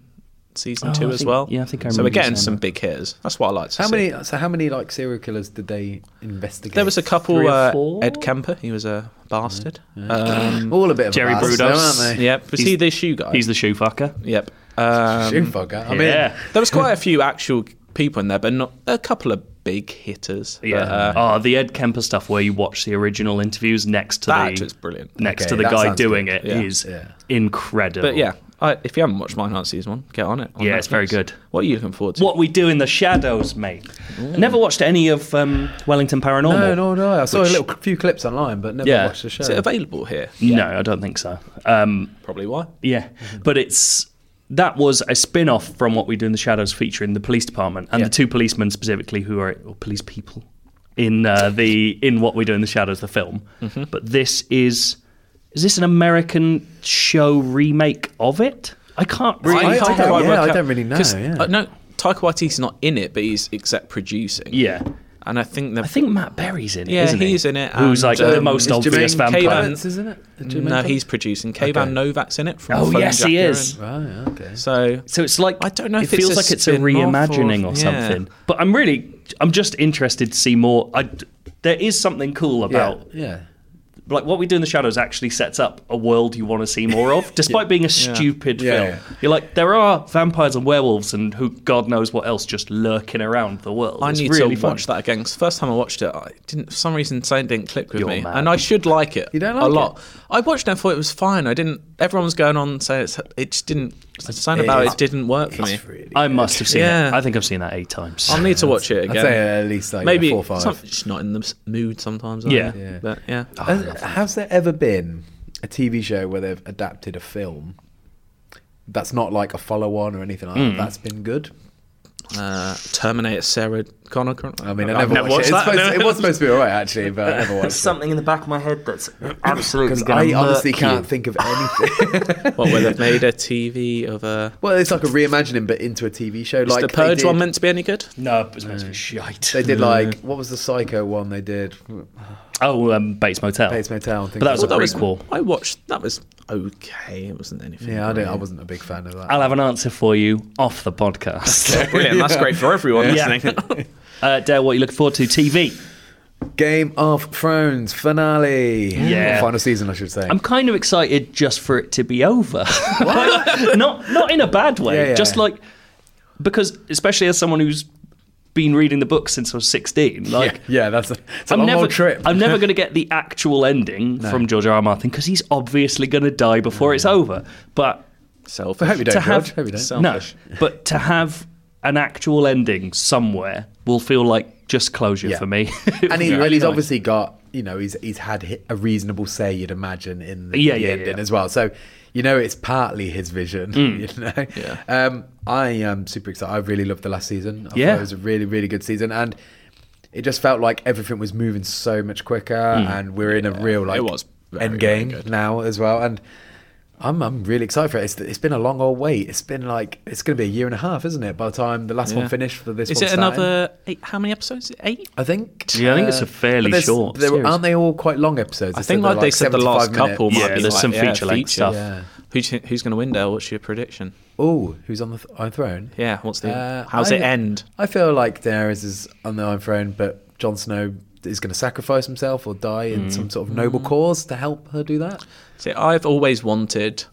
S5: season
S3: Oh,
S5: two
S3: I
S5: as
S3: think-
S5: well.
S3: yeah, I think I
S5: So we're
S3: remember
S5: getting
S3: saying
S5: some
S3: that.
S5: big hitters. That's what I like to
S4: How
S5: see.
S4: many? So how many like serial killers did they investigate?
S5: There was a couple.
S3: Three or
S5: Uh,
S3: four?
S5: Ed Kemper, he was a bastard. Um,
S4: all a bit of
S3: Jerry
S4: a bastard,
S3: Brudos.
S4: aren't they?
S5: yep. Was
S3: He's-
S5: he the shoe guy?
S3: He's the shoe fucker.
S5: Yep. Um,
S4: Shoe fucker. I mean,
S3: yeah.
S5: There was quite a few actual people in there, but not a couple of big hitters. But,
S3: Yeah.
S5: uh,
S3: oh, the Ed Kemper stuff where you watch the original interviews next to
S5: That
S3: the
S5: is brilliant.
S3: next
S4: Okay,
S3: to the
S4: that
S3: guy
S4: sounds
S3: doing
S4: good.
S3: it is
S5: Yeah.
S4: Yeah.
S3: incredible.
S5: But yeah, I, if you haven't watched Mindhunter season one, get on it. on
S3: Yeah, it's very
S5: Netflix.
S3: good.
S5: What are you looking forward to?
S3: What we do in the shadows, mate. Never watched any of um, Wellington Paranormal.
S4: No, no, no. I saw a little few clips online, but never
S3: Yeah.
S4: watched the show.
S5: Is it available here?
S3: No, I don't think so. Um,
S5: Probably why.
S3: yeah,
S5: Mm-hmm.
S3: but it's that was a spin-off from what we do in the shadows, featuring the police department and the two policemen specifically who are or police people in uh, the in what we do in the shadows, the film.
S5: Mm-hmm.
S3: But this is is this an American show remake of it? I can't really.
S4: I-
S5: can't
S4: I don't-
S5: quite
S4: yeah,
S5: work
S4: I
S5: out-
S4: don't really know,
S5: 'cause,
S4: yeah.
S5: uh, no, Taika Waititi's not in it, but he's except producing.
S3: yeah,
S5: and I think the
S3: I think Matt Berry's in it.
S5: Yeah,
S3: isn't he?
S5: he's in it,
S3: Who's
S5: and,
S3: like the
S5: um,
S3: most
S4: is
S3: obvious
S4: Jermaine
S3: vampire?
S5: Clement-
S4: Pirates, isn't it? The Jermaine
S5: no,
S4: Pirates?
S5: he's producing. Kayvan
S4: Okay.
S5: Novak's in it from.
S3: Oh,
S5: Phone
S3: yes, he
S5: Jacker
S3: is.
S5: and-
S4: Right, okay.
S5: So,
S3: So it's like
S5: I don't know
S3: It
S5: if it's
S3: feels
S5: a
S3: like it's a
S5: spin-off or-
S3: reimagining or,
S5: yeah.
S3: something. But I'm really, I'm just interested to see more. I, there is something cool
S4: Yeah,
S3: about
S4: yeah.
S3: like what we do in the shadows actually sets up a world you want to see more of, despite being a stupid
S4: Yeah,
S3: film.
S4: yeah.
S3: You're like, there are vampires and werewolves and who God knows what else just lurking around the world.
S5: I
S3: It's
S5: need
S3: really
S5: to
S3: fun.
S5: watch that again. 'cause first time I watched it, I didn't. For some reason, Zane didn't click with
S3: You're
S5: me,
S3: mad.
S5: and I should like it.
S4: You don't
S5: a
S4: like
S5: lot. I watched it and thought it was fine. I didn't. Everyone was going on saying it's, it just didn't. Something about
S4: is-
S5: it didn't work for me.
S3: I must have seen
S5: Yeah.
S3: it. I think I've seen that eight times.
S5: I'll need to watch it
S4: I'd
S5: again.
S4: say at least like
S5: Maybe
S4: four or five.
S5: some- just not in the s- mood sometimes. are
S3: Yeah.
S5: you?
S4: Yeah.
S5: but yeah.
S4: Has, has there ever been a TV show where they've adapted a film that's not like a follow-on or anything like
S5: Hmm.
S4: that? That's been good.
S5: Uh, Terminator Sarah Connor. uh, Con-
S4: I mean, I
S5: I've
S4: never, watched, it. It's supposed to- it was supposed to be alright actually, but I never watched
S6: There's something in the back of my head that's
S4: it
S6: absolutely
S4: because
S6: going
S4: I
S6: to
S4: honestly
S6: you.
S4: can't think of anything.
S5: What where they've made a TV of a.
S4: well, it's like a reimagining, but into a TV show.
S5: Is
S4: like
S5: the
S4: they
S5: Purge
S4: did-
S5: one meant to be any good?
S3: No, it was meant to be shite.
S4: They did like what was the Psycho one? They did
S3: Oh, um, Bates Motel.
S4: Bates Motel. And things
S3: But that was a
S4: like
S5: Oh,
S3: prequel.
S5: That was I watched. That was okay. It wasn't anything.
S4: yeah, I, don't, I wasn't a big fan of that.
S3: I'll have an answer for you off the podcast.
S5: Brilliant. That's great for everyone listening.
S3: uh, Dale, what are you looking forward to? TV.
S4: Game of Thrones finale.
S3: Yeah.
S4: Or final season, I should say.
S3: I'm kind of excited just for it to be over. not not in a bad way.
S4: Yeah, yeah.
S3: Just like because especially as someone who's been reading the book since I was 16, like
S4: yeah, that's a, it's a
S3: I'm
S4: long
S3: never,
S4: old trip.
S3: I'm never going to get the actual ending from George R. R. Martin because he's obviously going to die before it's over. But
S5: Selfish.
S4: I hope you don't.
S3: to
S4: George.
S3: have
S4: hope you don't.
S5: Selfish.
S3: no, but to have an actual ending somewhere will feel like just closure
S4: Yeah.
S3: for me.
S4: and, he,
S5: Yeah.
S4: and he's
S5: Nice.
S4: obviously got you know he's he's had hi- a reasonable say you'd imagine in the,
S3: Yeah,
S4: the
S3: yeah,
S4: ending
S3: yeah.
S4: as well so you know it's partly his vision
S5: Mm.
S4: you know yeah. um i am super excited i really loved the last season I
S3: Yeah.
S4: thought it was a really really good season and it just felt like everything was moving so much quicker and we're in a real like
S5: Mm. it was very,
S4: end
S5: very
S4: game
S5: good.
S4: now as well and I'm, I'm really excited for it. It's, it's been a long old wait. It's been like it's going to be a year and a half, isn't it? By the time the last
S5: Yeah.
S4: one finished for this,
S5: Is
S4: one
S5: it
S4: starting?
S5: another eight? How many episodes? Eight?
S4: I think. uh,
S3: Yeah, I think it's a fairly
S4: but there's-
S3: short
S4: there-
S3: series.
S4: aren't they all quite long episodes?
S5: I
S4: said
S5: think
S4: they're
S5: like they said the
S4: 75
S5: last
S4: minutes.
S5: couple. Might
S3: Yeah,
S5: be
S3: there's
S5: like,
S3: some
S5: yeah,
S3: feature-length stuff.
S4: Yeah.
S5: Who do you think- who's going to win, Dale? What's your prediction?
S4: Oh, who's on the th- Iron Throne?
S5: Yeah, what's the
S4: Uh,
S5: how's
S4: I-
S5: it end?
S4: I feel like Daenerys is on the Iron Throne, but Jon Snow is going to sacrifice himself or die in
S5: Hmm.
S4: some sort of noble cause to help her do that.
S5: See, I've always wanted.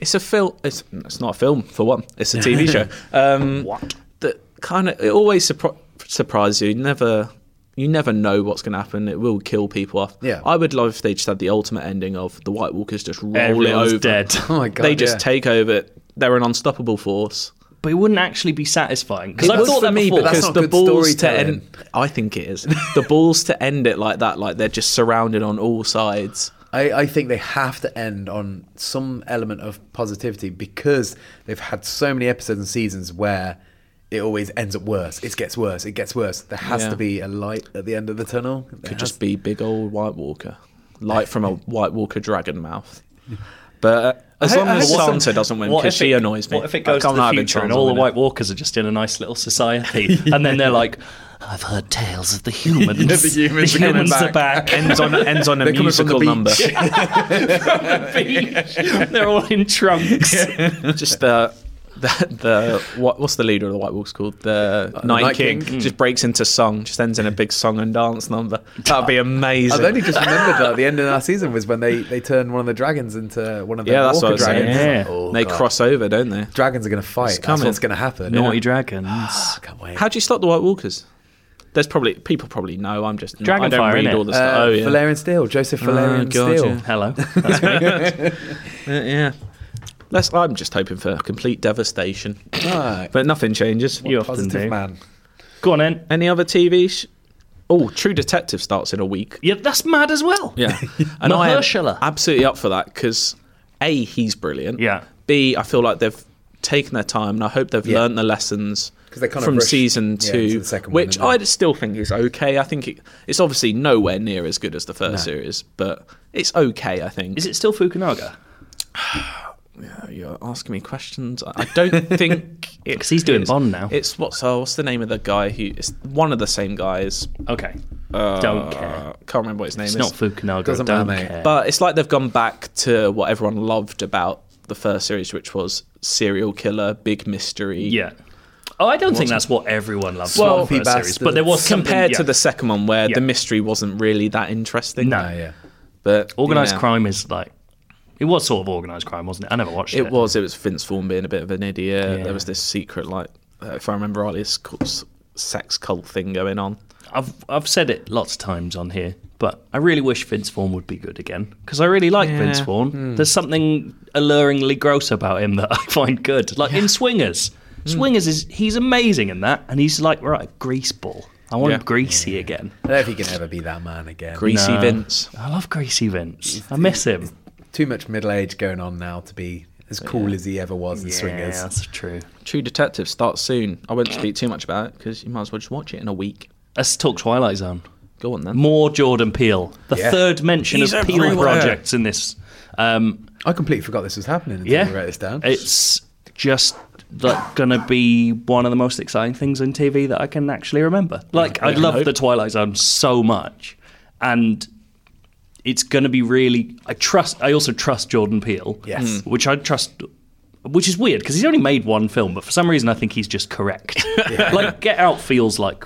S5: It's a film. It's, it's not a film for one. It's a TV show. Um, what? That kind of it always surpri- surprises you. You never you never know what's going to happen. It will kill people off.
S4: Yeah.
S5: I would love if they just had the ultimate ending of the White Walkers just roll
S3: Everyone's
S5: it over.
S3: dead.
S4: Oh my god!
S5: they just
S4: yeah.
S5: take over. They're an unstoppable force.
S3: but it wouldn't actually be satisfying because
S5: It
S3: I
S5: was
S3: thought
S5: for
S3: that
S5: me
S3: before.
S4: but that's
S5: because
S4: not
S5: the
S4: good
S5: balls to
S4: storytelling.
S5: end. I think it is the balls to end it like that. Like they're just surrounded on all sides.
S4: I, I think they have to end on some element of positivity because they've had so many episodes and seasons where it always ends up worse. It gets worse. It gets worse. There has
S5: Yeah.
S4: to be a light at the end of the tunnel. There
S5: Could
S4: has
S5: just be big old White Walker, light from a White Walker dragon mouth. But uh, as
S4: I-
S5: long
S4: I
S5: as
S4: hope
S5: Sansa
S4: some-
S5: doesn't win,
S3: What
S5: because
S3: if
S5: she
S3: it-
S5: annoys me.
S3: What if
S5: I
S3: it goes to
S5: can't
S3: the
S5: have it
S3: future
S5: Sansa
S3: and all the
S5: winning.
S3: White Walkers are just in a nice little society, and then they're like, "I've heard tales of the humans.
S4: the humans are coming
S3: are back."
S5: ends on ends on a
S4: They're coming from the
S5: musical number?
S4: beach.
S3: they're all in trunks.
S5: just the. The, the what, what's the leader of the White Walkers called? The Night,
S4: Uh, Night
S5: King,
S4: King.
S5: just breaks into song, just ends in a big song and dance number. That'd be amazing.
S4: I've only just remembered that the end of our season was when they, they turned one of the dragons into one of the
S5: yeah, that's
S4: walker
S5: what I was saying.
S4: dragons.
S3: Yeah.
S4: Oh,
S5: they
S4: God.
S5: cross over, don't they?
S4: Dragons are going to fight. That's
S5: coming.
S4: what's going to happen.
S3: Naughty dragons.
S4: I can't wait.
S5: How do you stop the White Walkers? There's probably people probably know. I'm just I don't
S3: Dragonfire,
S5: read
S3: innit?
S5: all the stuff.
S4: Uh,
S5: oh yeah, Oh,
S4: Valerian Steel, Joseph Valerian
S5: God,
S4: Steel.
S5: yeah.
S3: Hello, that's me.
S5: Uh, yeah. Let's, I'm just hoping for complete devastation,
S4: Right.
S5: but nothing changes.
S3: You often
S4: Positive
S3: do.
S4: man.
S3: Go on then.
S5: Any other TV? Sh- oh, True Detective starts in a week.
S3: Yeah, that's mad as well.
S5: Yeah, and I am
S3: Mahershala.
S5: absolutely up for that because a he's brilliant.
S3: Yeah.
S5: B I feel like they've taken their time and I hope they've
S4: Yeah.
S5: learned the lessons
S4: 'Cause they kind of
S5: from
S4: rushed,
S5: season
S4: yeah,
S5: two,
S4: into the second one,
S5: which
S4: didn't they?
S5: I still think is okay. I think it, it's obviously nowhere near as good as the first series, but it's okay. I think. Uh,
S3: Is it still Fukunaga?
S5: You're asking me questions. I I don't think it-
S3: 'Cause he's doing
S5: it's-
S3: Bond now.
S5: It's what's uh, what's the name of the guy who? It's one of the same guys.
S3: Okay,
S5: Uh,
S3: don't care.
S5: Can't remember what his name
S3: It's
S5: is.
S3: not Fukunaga.
S4: Doesn't
S3: don't
S4: matter, mate.
S3: care.
S5: but it's like they've gone back to what everyone loved about the first series, which was serial killer, big mystery.
S3: yeah. Oh, I don't think that's what everyone loves
S4: Well,
S3: about the first
S4: Swampy
S3: series. But there was something-
S5: Compared to
S3: yeah.
S5: the second one, where
S3: Yeah.
S5: the mystery wasn't really that interesting.
S3: No.
S4: Oh, yeah.
S5: But
S3: Organized
S5: yeah.
S3: crime is like it was sort of organized crime, wasn't it? I never watched it.
S5: It was. It was Vince Vaughn being a bit of an idiot.
S3: Yeah.
S5: There was this secret, like, uh, if I remember rightly, this co- s- sex cult thing going on.
S3: I've I've said it lots of times on here, but I really wish Vince Vaughn would be good again because I really like Vince Vaughn. There's something alluringly gross about him that I find good, like in Swingers. Swingers is he's amazing in that, and he's like right grease ball. I want him
S5: Yeah.
S3: greasy again.
S4: I don't think he can ever be that man again.
S5: Greasy
S3: No.
S5: Vince.
S3: I love greasy Vince. I miss him.
S4: Too much middle age going on now to be as cool as he ever was in Swingers.
S3: Yeah, that's true.
S5: True Detective starts soon. I won't speak too much about it because you might as well just watch it in a week.
S3: Let's talk Twilight Zone.
S5: Go on then.
S3: More Jordan Peele. The third mention
S5: He's
S3: of Peele
S5: everywhere.
S3: projects in this. Um,
S4: I completely forgot this was happening until
S3: yeah,
S4: you wrote this down.
S3: It's just like gonna be one of the most exciting things in TV that I can actually remember. Like I love the Twilight Zone so much, and it's gonna be really. I trust. I also trust Jordan Peele.
S4: Yes. Mm.
S3: which I trust. Which is weird because he's only made one film, but for some reason I think he's just correct. like Get Out feels like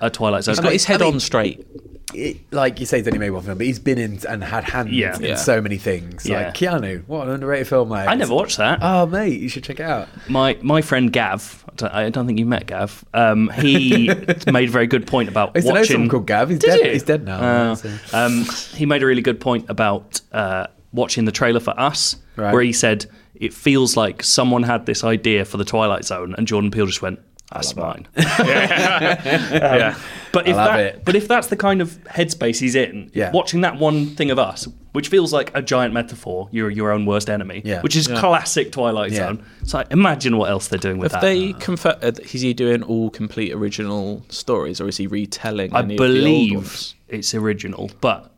S3: a Twilight Zone.
S5: He's got his head on straight.
S4: It- like you say, he's only made one film, but he's been in and had hands
S3: Yeah.
S4: in
S3: Yeah.
S4: so many things.
S3: Yeah.
S4: Like Keanu, what an underrated film, mate.
S3: I never watched that.
S4: Oh, mate, you should check it out.
S3: my my friend Gav, I don't, I don't think you met Gav. Um, he made a very good point about
S4: I used to know
S3: watching.
S4: someone called Gav. He's
S3: Did
S4: dead.
S3: you?
S4: He's dead now.
S3: Uh,
S4: So-
S3: um, he made a really good point about uh, watching the trailer for Us,
S4: Right.
S3: where he said it feels like someone had this idea for the Twilight Zone, and Jordan Peele just went. That's mine. Um, But if
S4: love
S3: that,
S4: it.
S3: but if that's the kind of headspace he's in,
S4: Yeah.
S3: watching that one thing of us, which feels like a giant metaphor, you're your own worst enemy,
S4: Yeah.
S3: which is classic Twilight
S4: Yeah.
S3: Zone. So I imagine what else they're doing with that.
S5: If they confer, uh, is he doing all complete original stories or is he retelling?
S3: I
S5: any of the old
S3: believe
S5: ones?
S3: it's original, but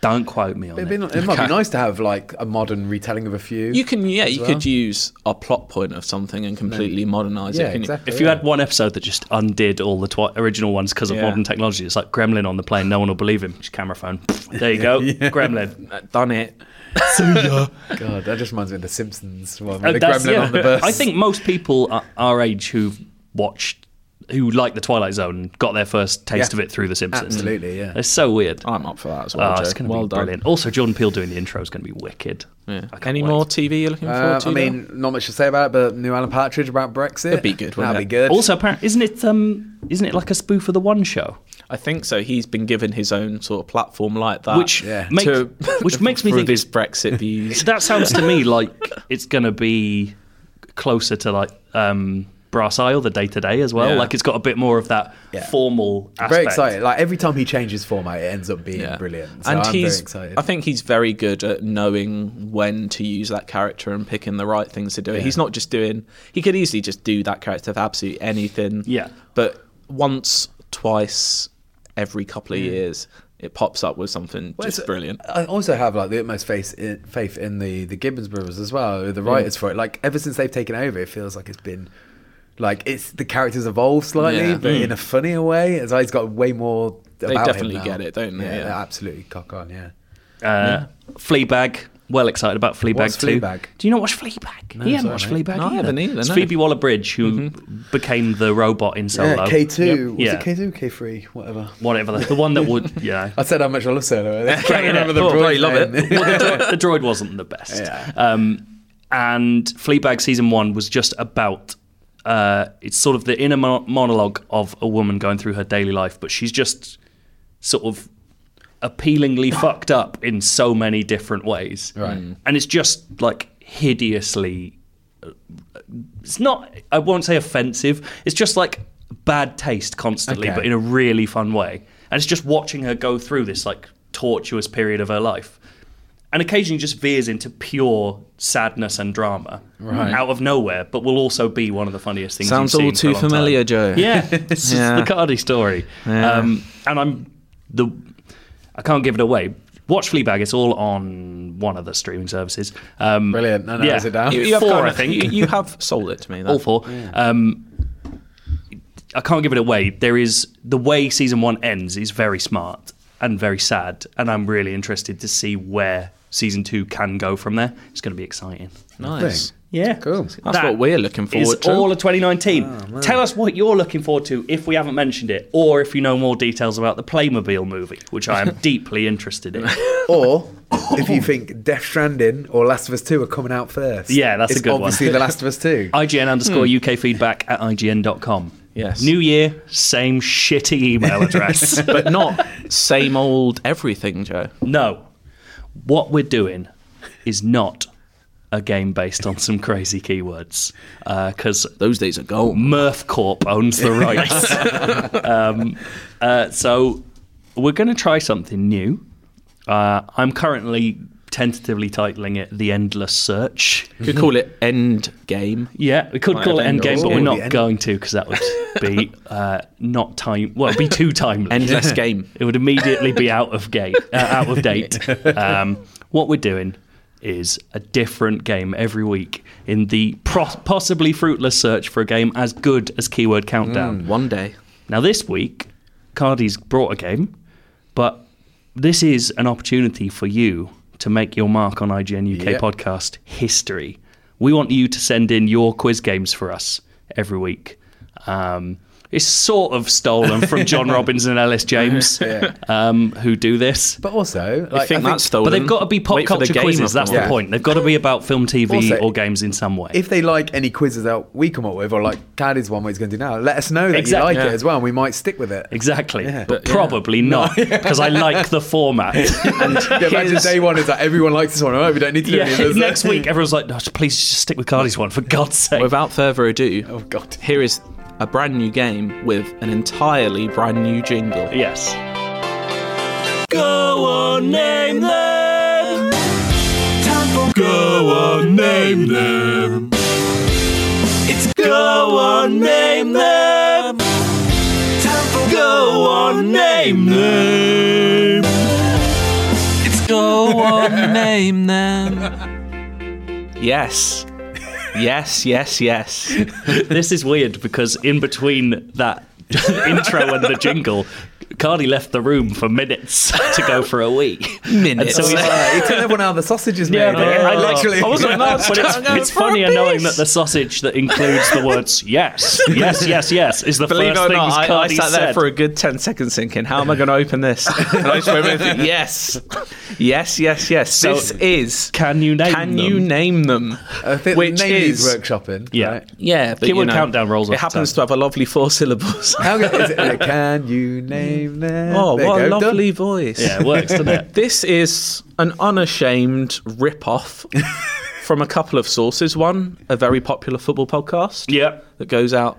S3: don't quote me on
S4: It'd
S3: it.
S4: be- it might be nice to have like a modern retelling of a few.
S5: you can. Yeah, you could use a plot point of something and completely modernize
S4: yeah,
S5: it. couldn't you?
S4: exactly.
S3: If you
S4: yeah.
S3: had one episode that just undid all the twi- original ones because of
S5: Yeah.
S3: modern technology, it's like Gremlin on the plane. No one will believe him. Just camera phone. There you go. Gremlin.
S5: Uh, Done it.
S4: God, that just reminds me of the Simpsons one.
S3: Uh,
S4: with the
S3: that's-
S4: gremlin
S3: yeah.
S4: on the bus.
S3: I think most people a- our age who've watched, who like the Twilight Zone, got their first taste
S4: Yeah.
S3: of it through The Simpsons.
S4: Absolutely, yeah.
S3: It's so weird.
S5: I'm up for that as well.
S3: Oh,
S5: Joe.
S3: it's going to
S5: well
S3: be
S5: done.
S3: brilliant. Also, Jordan Peele doing the intro is going to be wicked.
S5: Yeah.
S3: I can't
S5: Any
S3: wait.
S5: more TV you're looking forward
S4: Uh,
S5: to?
S4: I
S5: there?
S4: mean, not much to say about it, but new Alan Partridge about Brexit. That'd
S5: be good, wouldn't
S4: That'd
S5: it?
S4: be good.
S3: Also, apparently, isn't it um, isn't it like a spoof of the One Show?
S5: I think so. He's been given his own sort of platform like that,
S3: Which
S4: Ah, Yeah.
S3: makes- which makes me
S5: for
S3: think
S5: his Brexit views.
S3: That sounds to me like it's going to be closer to like um, Brass Isle, the day to day as well.
S5: Yeah.
S3: Like it's got a bit more of that
S4: Yeah.
S3: formal aspect.
S4: very excited. Like every time he changes format, it ends up being
S5: Yeah.
S4: brilliant. So
S5: and
S4: I'm
S5: he's,
S4: very excited.
S5: I think he's very good at knowing when to use that character and picking the right things to do. He's not just doing. He could easily just do that character for absolutely anything.
S3: Yeah.
S5: but once, twice, every couple of years, it pops up with something
S4: Well,
S5: just
S4: it's-
S5: brilliant.
S4: I also have like the utmost faith in, faith in the the Gibbons brothers as well,
S5: Mm.
S4: the writers for it. Like ever since they've taken over, it feels like it's been like it's the characters evolved slightly,
S5: Yeah. Mm.
S4: but in a funnier way. As he's got way more. They
S5: definitely get it, don't they?
S4: Yeah,
S5: Yeah.
S4: they're absolutely cock on. Yeah.
S3: Uh, Fleabag. Well excited about Fleabag
S4: What's
S3: too.
S4: Fleabag?
S3: Do you not watch Fleabag? he hadn't watched Fleabag
S5: No, I
S3: either.
S5: haven't either,
S3: It's
S5: no.
S3: Phoebe Waller-Bridge who became the robot in Solo.
S4: Mm-hmm. Yeah, Uh, K two.
S3: Yep.
S4: Was it K two? K three? Whatever.
S3: Whatever. The, the one that would, yeah.
S4: I said how much I love Solo. I can't remember the
S5: Oh,
S4: broad's
S5: I love it.
S4: name.
S3: Well, the, droid, the droid wasn't the best.
S4: Yeah.
S3: Um, and Fleabag season one was just about. Uh, it's sort of the inner mo- monologue of a woman going through her daily life, but she's just sort of appealingly fucked up in so many different ways. Right. And it's just like hideously. It's not. I won't say offensive. It's just like bad taste constantly,
S4: Okay.
S3: but in a really fun way. And it's just watching her go through this like tortuous period of her life, and occasionally just veers into pure sadness and drama out of nowhere, but will also be one of the funniest things.
S5: Sounds
S3: you've seen
S5: all
S3: for a
S5: too
S3: long time.
S5: familiar, Joe.
S3: Yeah, it's just
S5: Yeah.
S3: the Cardi story. Um, and I'm the I can't give it away. Watch Fleabag. It's all on one of the streaming services. Um,
S4: Brilliant. No, no, is it down?
S5: You,
S3: It's
S5: you have
S3: four,
S5: kind
S3: I
S5: of-
S3: think.
S5: you, you have sold it to me. That.
S3: all four. Um, I can't give it away. There is the way season one ends is very smart, and very sad. And I'm really interested to see where season two can go from there. It's going to be exciting.
S5: Nice.
S3: Yeah,
S4: Cool.
S5: That's what we're looking
S3: is
S5: forward to. Ah,
S3: all of 2019. Tell us what you're looking forward to if we haven't mentioned it, or if you know more details about the Playmobil movie, which I am deeply interested in.
S4: Or if you think Death Stranding or Last of Us 2 are coming out first.
S3: Yeah, that's a
S4: it's
S3: good one.
S4: obviously The Last of Us 2.
S3: IGN underscore UK feedback at IGN.com.
S5: Hmm. Yes.
S3: New year, same shitty email address.
S5: but not same old everything, Joe.
S3: No. What we're doing is not a game based on some crazy keywords because
S5: Those days are gone.
S3: Murph Corp owns the rights. um, uh, so we're going to try something new. Uh, I'm currently tentatively titling it The Endless Search.
S5: You could call it end game.
S3: Yeah, we could
S5: Might
S3: call it
S5: have
S3: Endgame,
S5: Endless.
S3: but we're
S4: Ooh,
S3: not
S4: the end-
S3: going to because that would be uh, not time. Well, it'd be too timely.
S5: Endless game.
S3: It would immediately be out of gate, uh, out of date. Um, what we're doing is a different game every week in the pro- possibly fruitless search for a game as good as Keyword Countdown.
S5: One day.
S3: Now this week, Cardi's brought a game, but this is an opportunity for you to make your mark on IGN UK
S4: Yep.
S3: podcast history. We want you to send in your quiz games for us every week. Um, it's sort of stolen from John Robbins and Ellis James, um, who do this.
S4: But also, like,
S5: I think
S4: I think
S5: that's stolen.
S3: But they've got to be pop
S5: Wait for the
S3: culture
S5: game
S3: quizzes. That's the
S4: course.
S3: point. They've got to be about film, TV,
S4: Also-
S3: or games in some way.
S4: if they like any quizzes that we come up with, or like Caddy's one, what he's going to do now, let us know that
S3: Exact-
S4: you like
S5: yeah.
S4: it as well, and we might stick with it.
S3: exactly, but,
S5: But, yeah.
S3: probably not because I like the format.
S4: Yeah, imagine
S3: Here's-
S4: day one is like everyone likes this one. All right, we don't need to do any
S3: Yeah,
S4: of this.
S3: next week everyone's like, no, please just stick with Cardi's one for God's sake.
S5: Without further ado,
S4: Oh god.
S5: here is a brand new game with an entirely brand new jingle.
S3: yes.
S5: Go on, name them. Yes. Yes, yes, yes.
S3: This is weird because in between that intro and the jingle, Cardi left the room for minutes to go for a wee.
S5: Minutes.
S3: And so he's-
S4: he told everyone how the sausage is made.
S3: Yeah, but I, like-
S4: Literally.
S3: "Oh, I wasn't announced, but it's, it's funnier knowing that the sausage that includes the words yes, yes, yes, yes is the
S5: Believe it
S3: first
S5: or
S3: thing
S5: not, I, I
S3: Cardi
S5: sat there
S3: said.
S5: for a good 10 seconds thinking, how am I going to open this? And I just went with, yes. Yes, yes, yes. this is.
S3: Can you name
S5: Can
S3: them?
S5: you name them?
S4: I think
S5: Which
S4: the name needs
S5: is-
S4: workshopping.
S3: Yeah.
S4: Right?
S5: Yeah, but
S3: Keyword
S5: you know,
S3: countdown rolls
S5: It
S3: off the
S5: happens
S3: tongue.
S5: to have a lovely four syllables.
S4: How good is it? Uh, Can you name them?
S5: oh,
S4: There you
S5: what
S4: go,
S5: a
S4: done.
S5: lovely voice!
S3: Yeah, it works, doesn't it?
S5: This is an unashamed rip-off from a couple of sources. One, a very popular football podcast
S3: Yeah.
S5: that goes out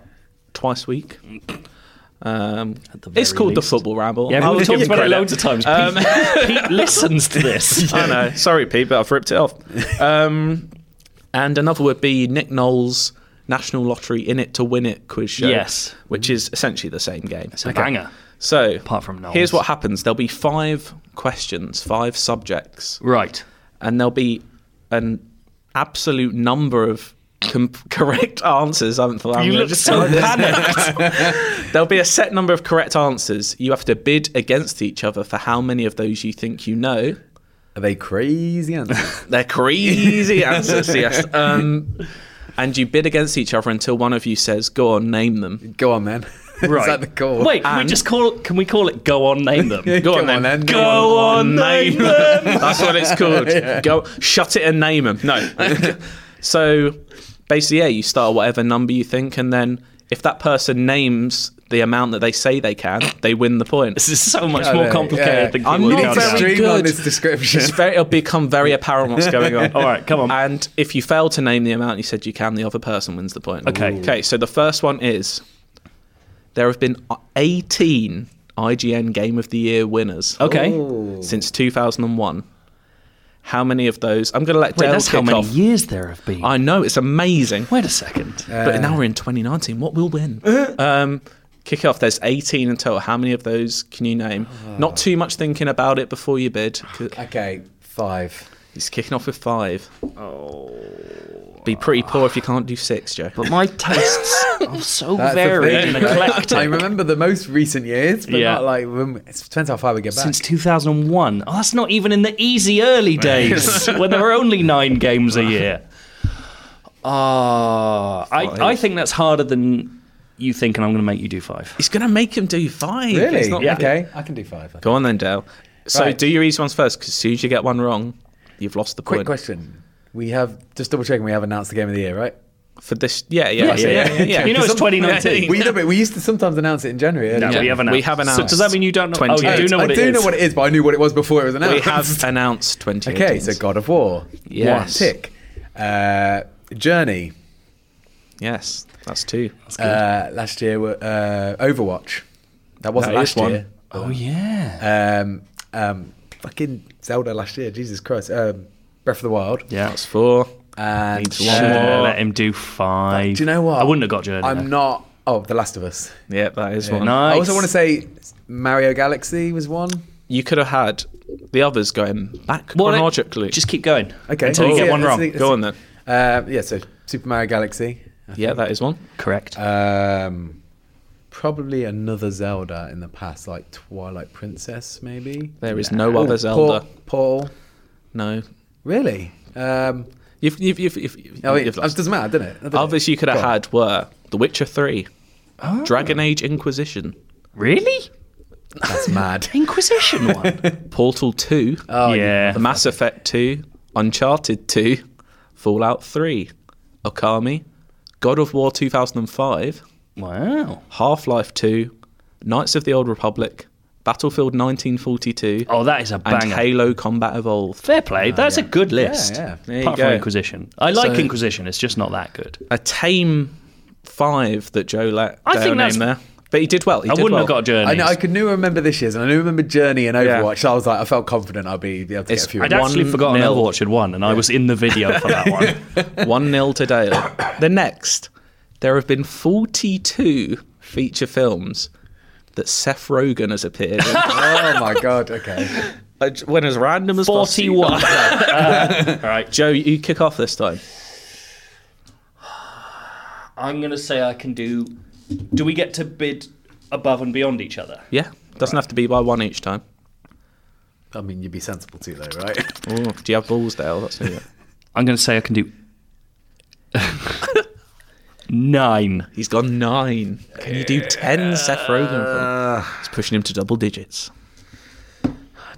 S5: twice a week. Um,
S3: the
S5: it's
S3: very
S5: called the
S3: least.
S5: Football Ramble.
S3: Yeah,
S5: I'll
S3: we've
S5: give
S3: talked
S5: him
S3: about it
S5: credit.
S3: loads of times.
S5: Um,
S3: Pete, Pete listens to this.
S5: I know. Sorry, Pete, but I've ripped it off. Um, and another would be Nick Knowles' National Lottery In It to Win It quiz show.
S3: Yes.
S5: Which is essentially the same game.
S3: It's a banger.
S5: So,
S3: Apart from Knowles.
S5: here's what happens there'll be five questions, five subjects,
S3: Right.
S5: and there'll be an absolute number of. Com- correct answers. I'm, I'm
S3: You look so
S5: panicked. There'll be a set number of correct answers. You have to bid against each other for how many of those you think you know.
S4: Are they crazy? answers?
S5: They're crazy answers, yes. Um, and you bid against each other until one of you says, "Go on, name them."
S4: go on, man.
S3: Right.
S4: is that the call?
S3: Wait, can we
S5: And-
S3: just call can we call it go on name them?
S5: Go,
S4: Go on, then.
S5: Go,
S4: Go
S5: on, name them. That's what it's called. Go, shut it and name them. No. so basically, yeah, you start whatever number you think, and then if that person names the amount that they say they can, they win the point.
S3: This is so much
S4: Yeah,
S3: more
S4: yeah.
S3: complicated
S4: Yeah.
S3: than
S5: I'm
S3: Keyword
S5: not
S4: It's
S3: Countdown.
S5: very-
S4: extreme on
S5: good.
S4: this description.
S5: It's very, it'll become very apparent what's going on.
S3: All right, come on.
S5: And if you fail to name the amount you said you can, the other person wins the point.
S3: Okay. Ooh.
S5: Okay, so the first one is there have been 18 IGN Game of the Year winners
S3: Okay.
S5: since 2001. How many of those? I'm going to let
S3: Wait,
S5: Dale
S3: that's how
S5: kick
S3: many
S5: off.
S3: years there have been.
S5: I know, it's amazing.
S3: Wait a second.
S5: but now we're in 2019. What will win? um, kick off. There's 18 in total. How many of those can you name? Not too much thinking about it before you bid. 'cause-
S4: Okay, five.
S5: He's kicking off with five. Oh. Be pretty poor if you can't do six, Joe.
S6: But my tastes
S3: so
S4: That's the
S3: varied
S4: thing.
S3: and Oh, eclectic.
S4: I remember the most recent years, but
S3: Yeah.
S4: not like when, it depends how far we get back.
S3: Since 2001. Oh, that's not even in the easy early days when there were only nine games a year. Ah, I, I think that's harder than you think, and I'm going to make you do five.
S5: He's gonna make him do five. It's
S4: really?
S5: not-
S3: yeah.
S4: Okay, I can do five. I think.
S5: Go on then, Dale. So
S4: Right.
S5: do your easy ones first, because as soon as you get one wrong, you've lost the
S4: Quick
S5: point.
S4: question. We have just double checking. We have announced the game of the year, right?
S5: For this, yeah, yeah, yeah, yeah. yeah.
S3: You know it's 2019.
S4: We, no, but we used to sometimes announce it in January.
S3: No,
S4: early.
S3: we have announced.
S5: We have
S3: So does that mean you don't know? Oh,
S5: 20.
S3: you do know
S4: I
S3: what it is.
S4: do know what it is, but I knew what it was before it was announced.
S5: we have announced 2018.
S4: okay, so God of War.
S5: Yes.
S4: One tick. Uh, Journey.
S5: Yes, that's two.
S4: Uh, last year, were, uh, Overwatch. That wasn't
S5: That
S4: last
S5: is one.
S4: year.
S3: Oh, yeah.
S4: Um, um, fucking Zelda last year. Jesus Christ. Um, Breath of the Wild.
S3: Yeah.
S5: That's four.
S4: And
S5: Needs one
S4: uh,
S5: more.
S3: Let him do five.
S4: do you know what?
S3: I wouldn't have got Journey.
S4: I'm
S3: though.
S4: not. Oh, The Last of Us.
S5: Yeah, that is one.
S3: Nice.
S4: I also want to say Mario Galaxy was one.
S5: You could have had the others going back
S3: Well,
S5: chronologically.
S3: Just keep going.
S4: Okay.
S3: Until you
S4: Oh,
S3: get
S4: yeah,
S3: one
S4: that's
S3: wrong.
S4: the-
S5: Go on then.
S4: Uh, yeah, so Super Mario Galaxy.
S5: Yeah, that is one.
S3: Correct.
S4: Um, probably another Zelda in the past, like Twilight Princess, maybe.
S5: There is no other
S4: Oh,
S5: Zelda.
S4: Por- Portal.
S5: No.
S4: Really? Um,
S5: You've, you've, you've, you've,
S4: oh, it
S5: you've lost.
S4: doesn't matter, doesn't it? Doesn't
S5: Others
S4: it?
S5: you could have
S4: Go on.
S5: had were The Witcher 3,
S3: Oh.
S5: Dragon Age Inquisition,
S3: really?
S4: That's mad.
S3: Inquisition one?
S5: Portal 2,
S3: oh, yeah.
S5: The Mass Effect 2, Uncharted 2, Fallout 3, Okami, God of War 2005,
S3: Wow.
S5: Half Life 2, Knights of the Old Republic, Battlefield 1942,
S3: Oh, that is a
S5: and
S3: banger.
S5: Halo Combat Evolved.
S3: Fair play. That's a good list.
S4: yeah.
S5: There you
S3: Apart
S5: go.
S3: from Inquisition. I like
S5: So-
S3: Inquisition. It's just not that good.
S5: A tame five that Joe let
S3: I
S5: Dale
S3: think that's-
S5: name there. But he did well. He
S3: I
S5: did
S3: wouldn't
S5: well.
S3: have got Journey.
S4: I, know, I could new remember this year's, and I knew remember Journey and
S5: Yeah.
S4: Overwatch. So I was like, I felt confident I'd be able to
S5: It's-
S4: get a few.
S5: I
S3: I'd
S4: right.
S3: actually
S5: One
S3: forgotten
S5: nil.
S3: Overwatch had won, and I was in the video for that one.
S5: 1 0 to Dale. the next, there have been 42 feature films that Seth Rogen has appeared in.
S4: oh my god! Okay,
S5: I j- went as random as possible.
S3: 41. Uh, all right.
S5: Joe, you kick off this time.
S3: I'm going to say I can do. Do we get to bid above and beyond each other?
S5: Yeah, doesn't have to be by one each time.
S4: I mean you'd be sensible too, though, right?
S5: Ooh, do you have balls, Dale? That's new.
S3: I'm going to say I can do. Nine.
S5: He's gone nine. Can you do ten, Seth Rogen? Film? It's pushing him to double digits.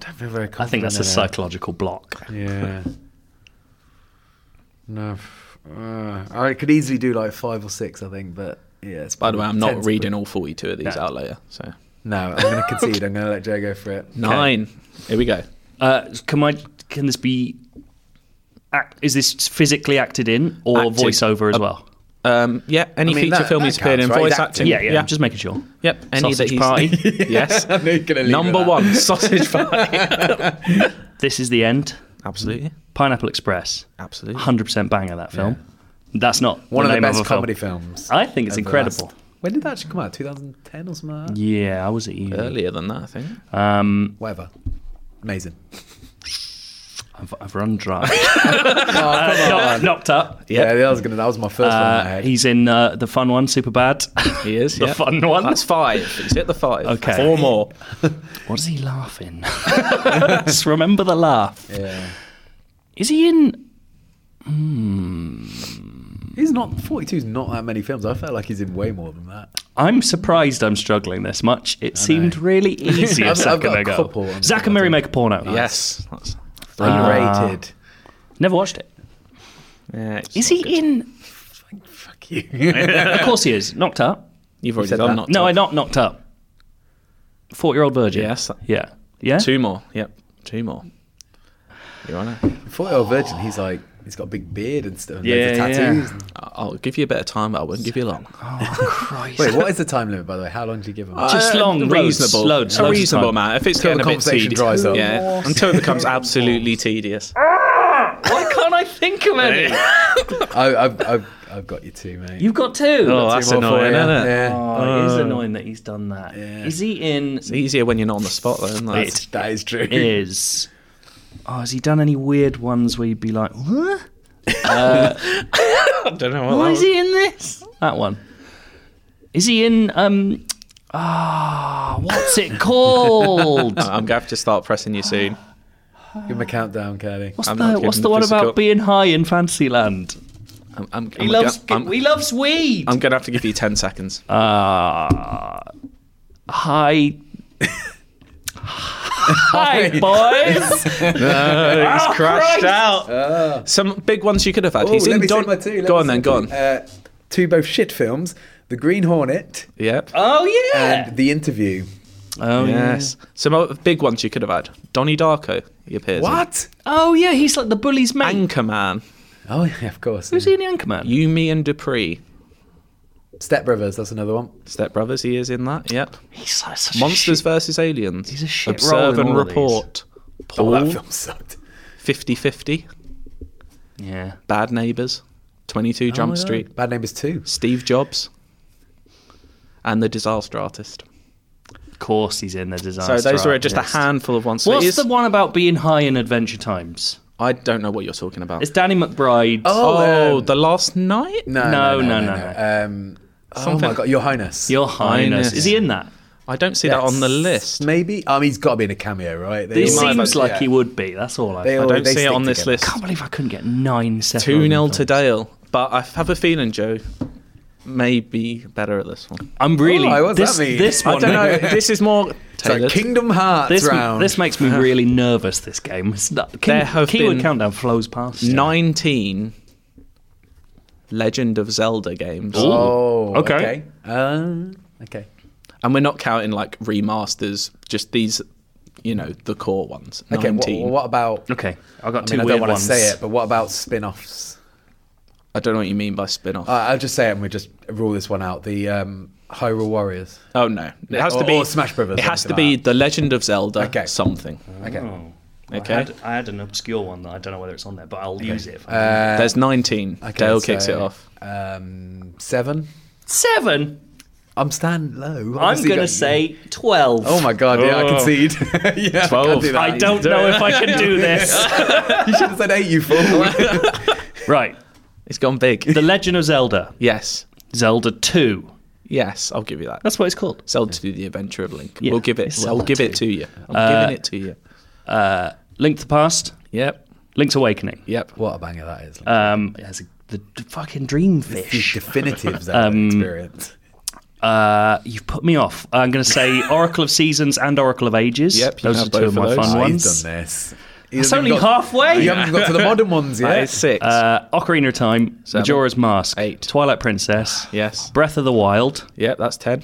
S4: I'd be very
S3: I think that's a
S4: confident
S3: psychological block.
S4: in it. Yeah. No, f- uh, I could easily do like five or six, I think. But yeah, it's
S5: By the way, I'm not
S4: tense,
S5: reading all 42 of these
S3: No.
S5: out later. So
S4: but- No, I'm going to concede. I'm going to let Joe go for it.
S5: nine. Here we go.
S3: Uh, can my can this be? Act, is this physically acted Uh, in or
S5: Acted.
S3: voiceover as well?
S5: Um, yeah, any
S4: I mean,
S5: feature
S4: that-
S5: film
S4: that
S5: he's appeared in,
S4: counts, right?
S5: voice
S4: He's
S5: acting.
S4: acting.
S3: Yeah, yeah. Just making sure.
S5: Yep. Any
S3: Sausage
S5: that he's
S3: party.
S5: yes.
S4: I knew you were gonna leave
S5: Number
S4: with that.
S5: one, sausage party.
S3: this is the end.
S5: Absolutely.
S3: Pineapple Express.
S5: Absolutely.
S3: Hundred percent banger that film. That's not
S4: One
S3: the
S4: of the
S3: name
S4: best
S3: a film.
S4: comedy films.
S3: I think it's
S4: of the last-
S3: incredible.
S4: When did that actually come out? 2010 or something? Like that?
S3: Yeah, I was at uni.
S5: Earlier than that, I think.
S3: Um,
S4: Whatever. Amazing.
S3: I've, I've run dry.
S4: Oh,
S3: Uh, knock- knocked up.
S4: Yeah, that was gonna. That was my first one. in my
S3: Uh,
S4: head.
S3: he's in uh, the fun one, super bad.
S5: He is.
S3: The
S5: yeah.
S3: fun one.
S5: That's five. He's hit the five.
S3: Okay.
S5: Four more.
S3: what is he laughing? Just remember the laugh.
S4: Yeah.
S3: Is he in?
S4: He's not 42 is not that many films. I felt like he's in way more than that.
S3: I'm surprised I'm struggling this much. It seemed really easy a
S4: I've-
S3: 2nd
S4: I've got a
S3: ago.
S4: couple on
S3: Zach and Mary make a porno.
S5: Yes. That's,
S4: Underrated.
S3: Never watched it.
S5: yeah, it's
S3: Is
S5: not
S3: he
S5: good.
S3: in?
S4: Fuck you.
S3: of course he is. Knocked up.
S5: You've already
S4: said
S5: done
S4: that.
S5: not.
S3: no,
S5: top.
S3: I not knocked up. Forty-year-old virgin.
S5: Yes.
S3: Yeah. Yeah.
S5: Two more. Yep. Two more. You're on it.
S4: Before old virgin, he's like he's got a big beard and stuff. And yeah,
S3: Yeah, yeah.
S4: tattoos.
S5: I- I'll give you a bit of time, but I won't give you long.
S4: Wait, what is the time limit by the way? How long do you give him?
S3: Just
S5: Uh,
S3: long, loads,
S5: reasonable,
S3: loads,
S5: a
S3: loads of
S5: reasonable
S3: time.
S5: amount. If it's
S4: Until
S5: getting
S4: the
S5: a bit
S4: conversation
S5: tedious,
S4: dries up.
S5: yeah, until it becomes absolutely tedious.
S3: Why can't I think of any?
S4: I, I've, I've, I've got you two, mate.
S3: You've got two.
S5: Oh, that's annoying,
S4: yeah.
S5: isn't it?
S4: yeah.
S3: Oh, it is annoying that he's done that. Is he in?
S5: It's easier when you're not on the spot, though. Isn't it?
S3: It
S4: That is true.
S3: is. Oh, has he done any weird ones where you'd be like, huh?
S5: I don't know what
S3: Why
S5: that
S3: is he in this? That one. Is he in? Um, ah, what's it called?
S5: I'm going to have to start pressing you soon.
S4: Give him a countdown, Kelly.
S3: What's
S5: I'm
S3: the
S5: not
S3: What's the
S5: giving the
S3: one about
S5: physical-
S3: being high in Fantasyland?
S5: I'm, I'm,
S3: He
S5: I'm
S3: loves Oh,
S5: gonna- I'm,
S3: he loves weed.
S5: I'm going to have to give you 10 seconds.
S3: Ah, hi. Hi, boys.
S5: he's crashed out. Some big ones you could have had. he's
S4: Ooh, let
S5: in
S4: me
S5: Don.
S4: say my two. let
S5: go
S4: me
S5: on
S4: say
S5: then, go
S4: my
S5: on.
S4: two. Uh, two both shit films, The Green Hornet
S5: yep.
S3: Oh yeah.
S4: and The Interview.
S3: oh
S5: yes. Some other big ones you could have had. Donnie Darko, he appears. in.
S4: What?
S3: Oh yeah. He's like the bully's mate.
S5: Anchorman.
S4: Oh yeah, of course.
S3: Who's he in the Anchorman?
S5: Yumi and Dupree.
S4: Step Brothers. That's another one.
S5: Step Brothers, he is in that. Yep.
S3: He's so- such a
S5: Monsters
S3: shit-
S5: versus Aliens.
S3: He's a shit role
S5: Observe
S3: in
S5: and
S3: all of these.
S5: report.
S4: Oh, that
S5: Paul.
S4: film sucked.
S5: 50 50.
S3: Yeah.
S5: Bad Neighbours.
S3: Oh,
S5: 22 Jump Street.
S4: Bad Neighbors Two.
S5: Steve Jobs. And The Disaster Artist.
S3: Of course, he's in the
S5: So
S4: Ah,
S3: disaster.
S5: those were just a
S3: Artist.
S5: handful of ones. So
S3: What's
S5: it is-
S3: the one about being high in Adventure Times?
S5: I don't know what you're talking about.
S3: It's Danny McBride.
S5: oh,
S4: um,
S5: the last night?
S4: No,
S3: No,
S4: no,
S3: no,
S4: no,
S3: no,
S4: no. Um, oh
S5: Something-
S4: my God, Your Highness.
S3: Your Highness.
S5: Highness.
S3: Is he in that?
S5: I don't see that on the list.
S4: Maybe. I mean, he's got to be in a cameo, right? They
S3: He
S4: all-
S3: seems
S4: yeah.
S3: like he would be. That's all I.
S4: They
S3: I
S4: all-
S5: I don't
S4: they
S5: see it
S4: stick
S5: on this
S4: together.
S5: list.
S3: can't believe I couldn't get nine seven.
S5: 2 0 to Dale. But I have a feeling, Joe, maybe better at this one.
S3: I'm really.
S4: Why, what's
S3: this,
S4: that mean?
S3: this
S4: I
S3: one.
S5: I don't know. this is more.
S4: It's like
S5: tailored.
S4: Kingdom Hearts
S3: This,
S4: round.
S3: this makes me really nervous. This game. It's not, key,
S5: There have
S3: keyword
S5: been
S3: countdown flows past.
S5: 19 Legend of Zelda games.
S4: oh,
S3: Okay.
S4: okay. Okay. Um, okay.
S5: And we're not counting like remasters, just these, you know, the core ones.
S4: Okay.
S5: 19.
S4: What, what about?
S3: Okay, I got
S4: I
S3: two
S4: mean, I
S3: weird
S4: don't want to
S3: ones.
S4: say it, but what about spin-offs?
S5: I don't know what you mean by spin off.
S4: Uh, I'll just say it, and we just rule this one out. The um, Hyrule Warriors.
S5: oh, no. It has
S4: or-
S5: to be.
S4: or Smash Brothers,
S5: It has to
S4: something
S5: be
S4: like
S5: The Legend of Zelda
S4: Okay.
S5: something.
S4: Okay.
S5: Okay.
S3: Oh. I had, I had an obscure one that I don't know whether it's on there, but I'll use it. If I
S4: Uh,
S5: There's 19.
S4: Okay,
S5: Dale kicks
S4: so,
S5: it off.
S4: Um, seven.
S3: Seven.
S4: I'm standing low.
S3: I'm
S4: Obviously
S3: gonna
S4: got-
S3: say twelve.
S4: Oh my god! Yeah, I concede. yeah, I, can't do that.
S3: I don't know if I can do this.
S4: You should have said eight. You fool.
S3: right,
S5: It's gone big.
S3: The Legend of Zelda,
S5: yes.
S3: Zelda Two.
S5: Yes, I'll give you that.
S3: That's what it's called.
S5: Zelda to the Adventure of Link.
S3: Yeah,
S5: we'll give it.
S3: it's
S5: I'll
S3: Zelda
S5: give it
S3: too.
S5: to you. I'm giving it to you.
S3: Link to the Past,
S5: Yep.
S3: Link's Awakening.
S5: Yep.
S4: what a banger that is!
S3: Um, it has a, the, d fucking dream fish.
S4: definitive Zelda
S3: um,
S4: experience.
S3: Uh, you've put me off. I'm going to say Oracle of Seasons and Oracle of Ages.
S5: Yep, you
S3: those
S5: have
S3: are two of
S5: both of
S3: my
S5: those.
S3: fun
S4: Oh,
S3: ones.
S4: He's done this.
S3: It's only halfway.
S4: You haven't got to the modern ones
S5: That
S4: yet.
S5: is six.
S3: Uh, Ocarina of Time, Majora's Mask,
S5: Eight.
S3: Twilight Princess,
S5: yes.
S3: Breath of the Wild.
S5: Yep, that's ten.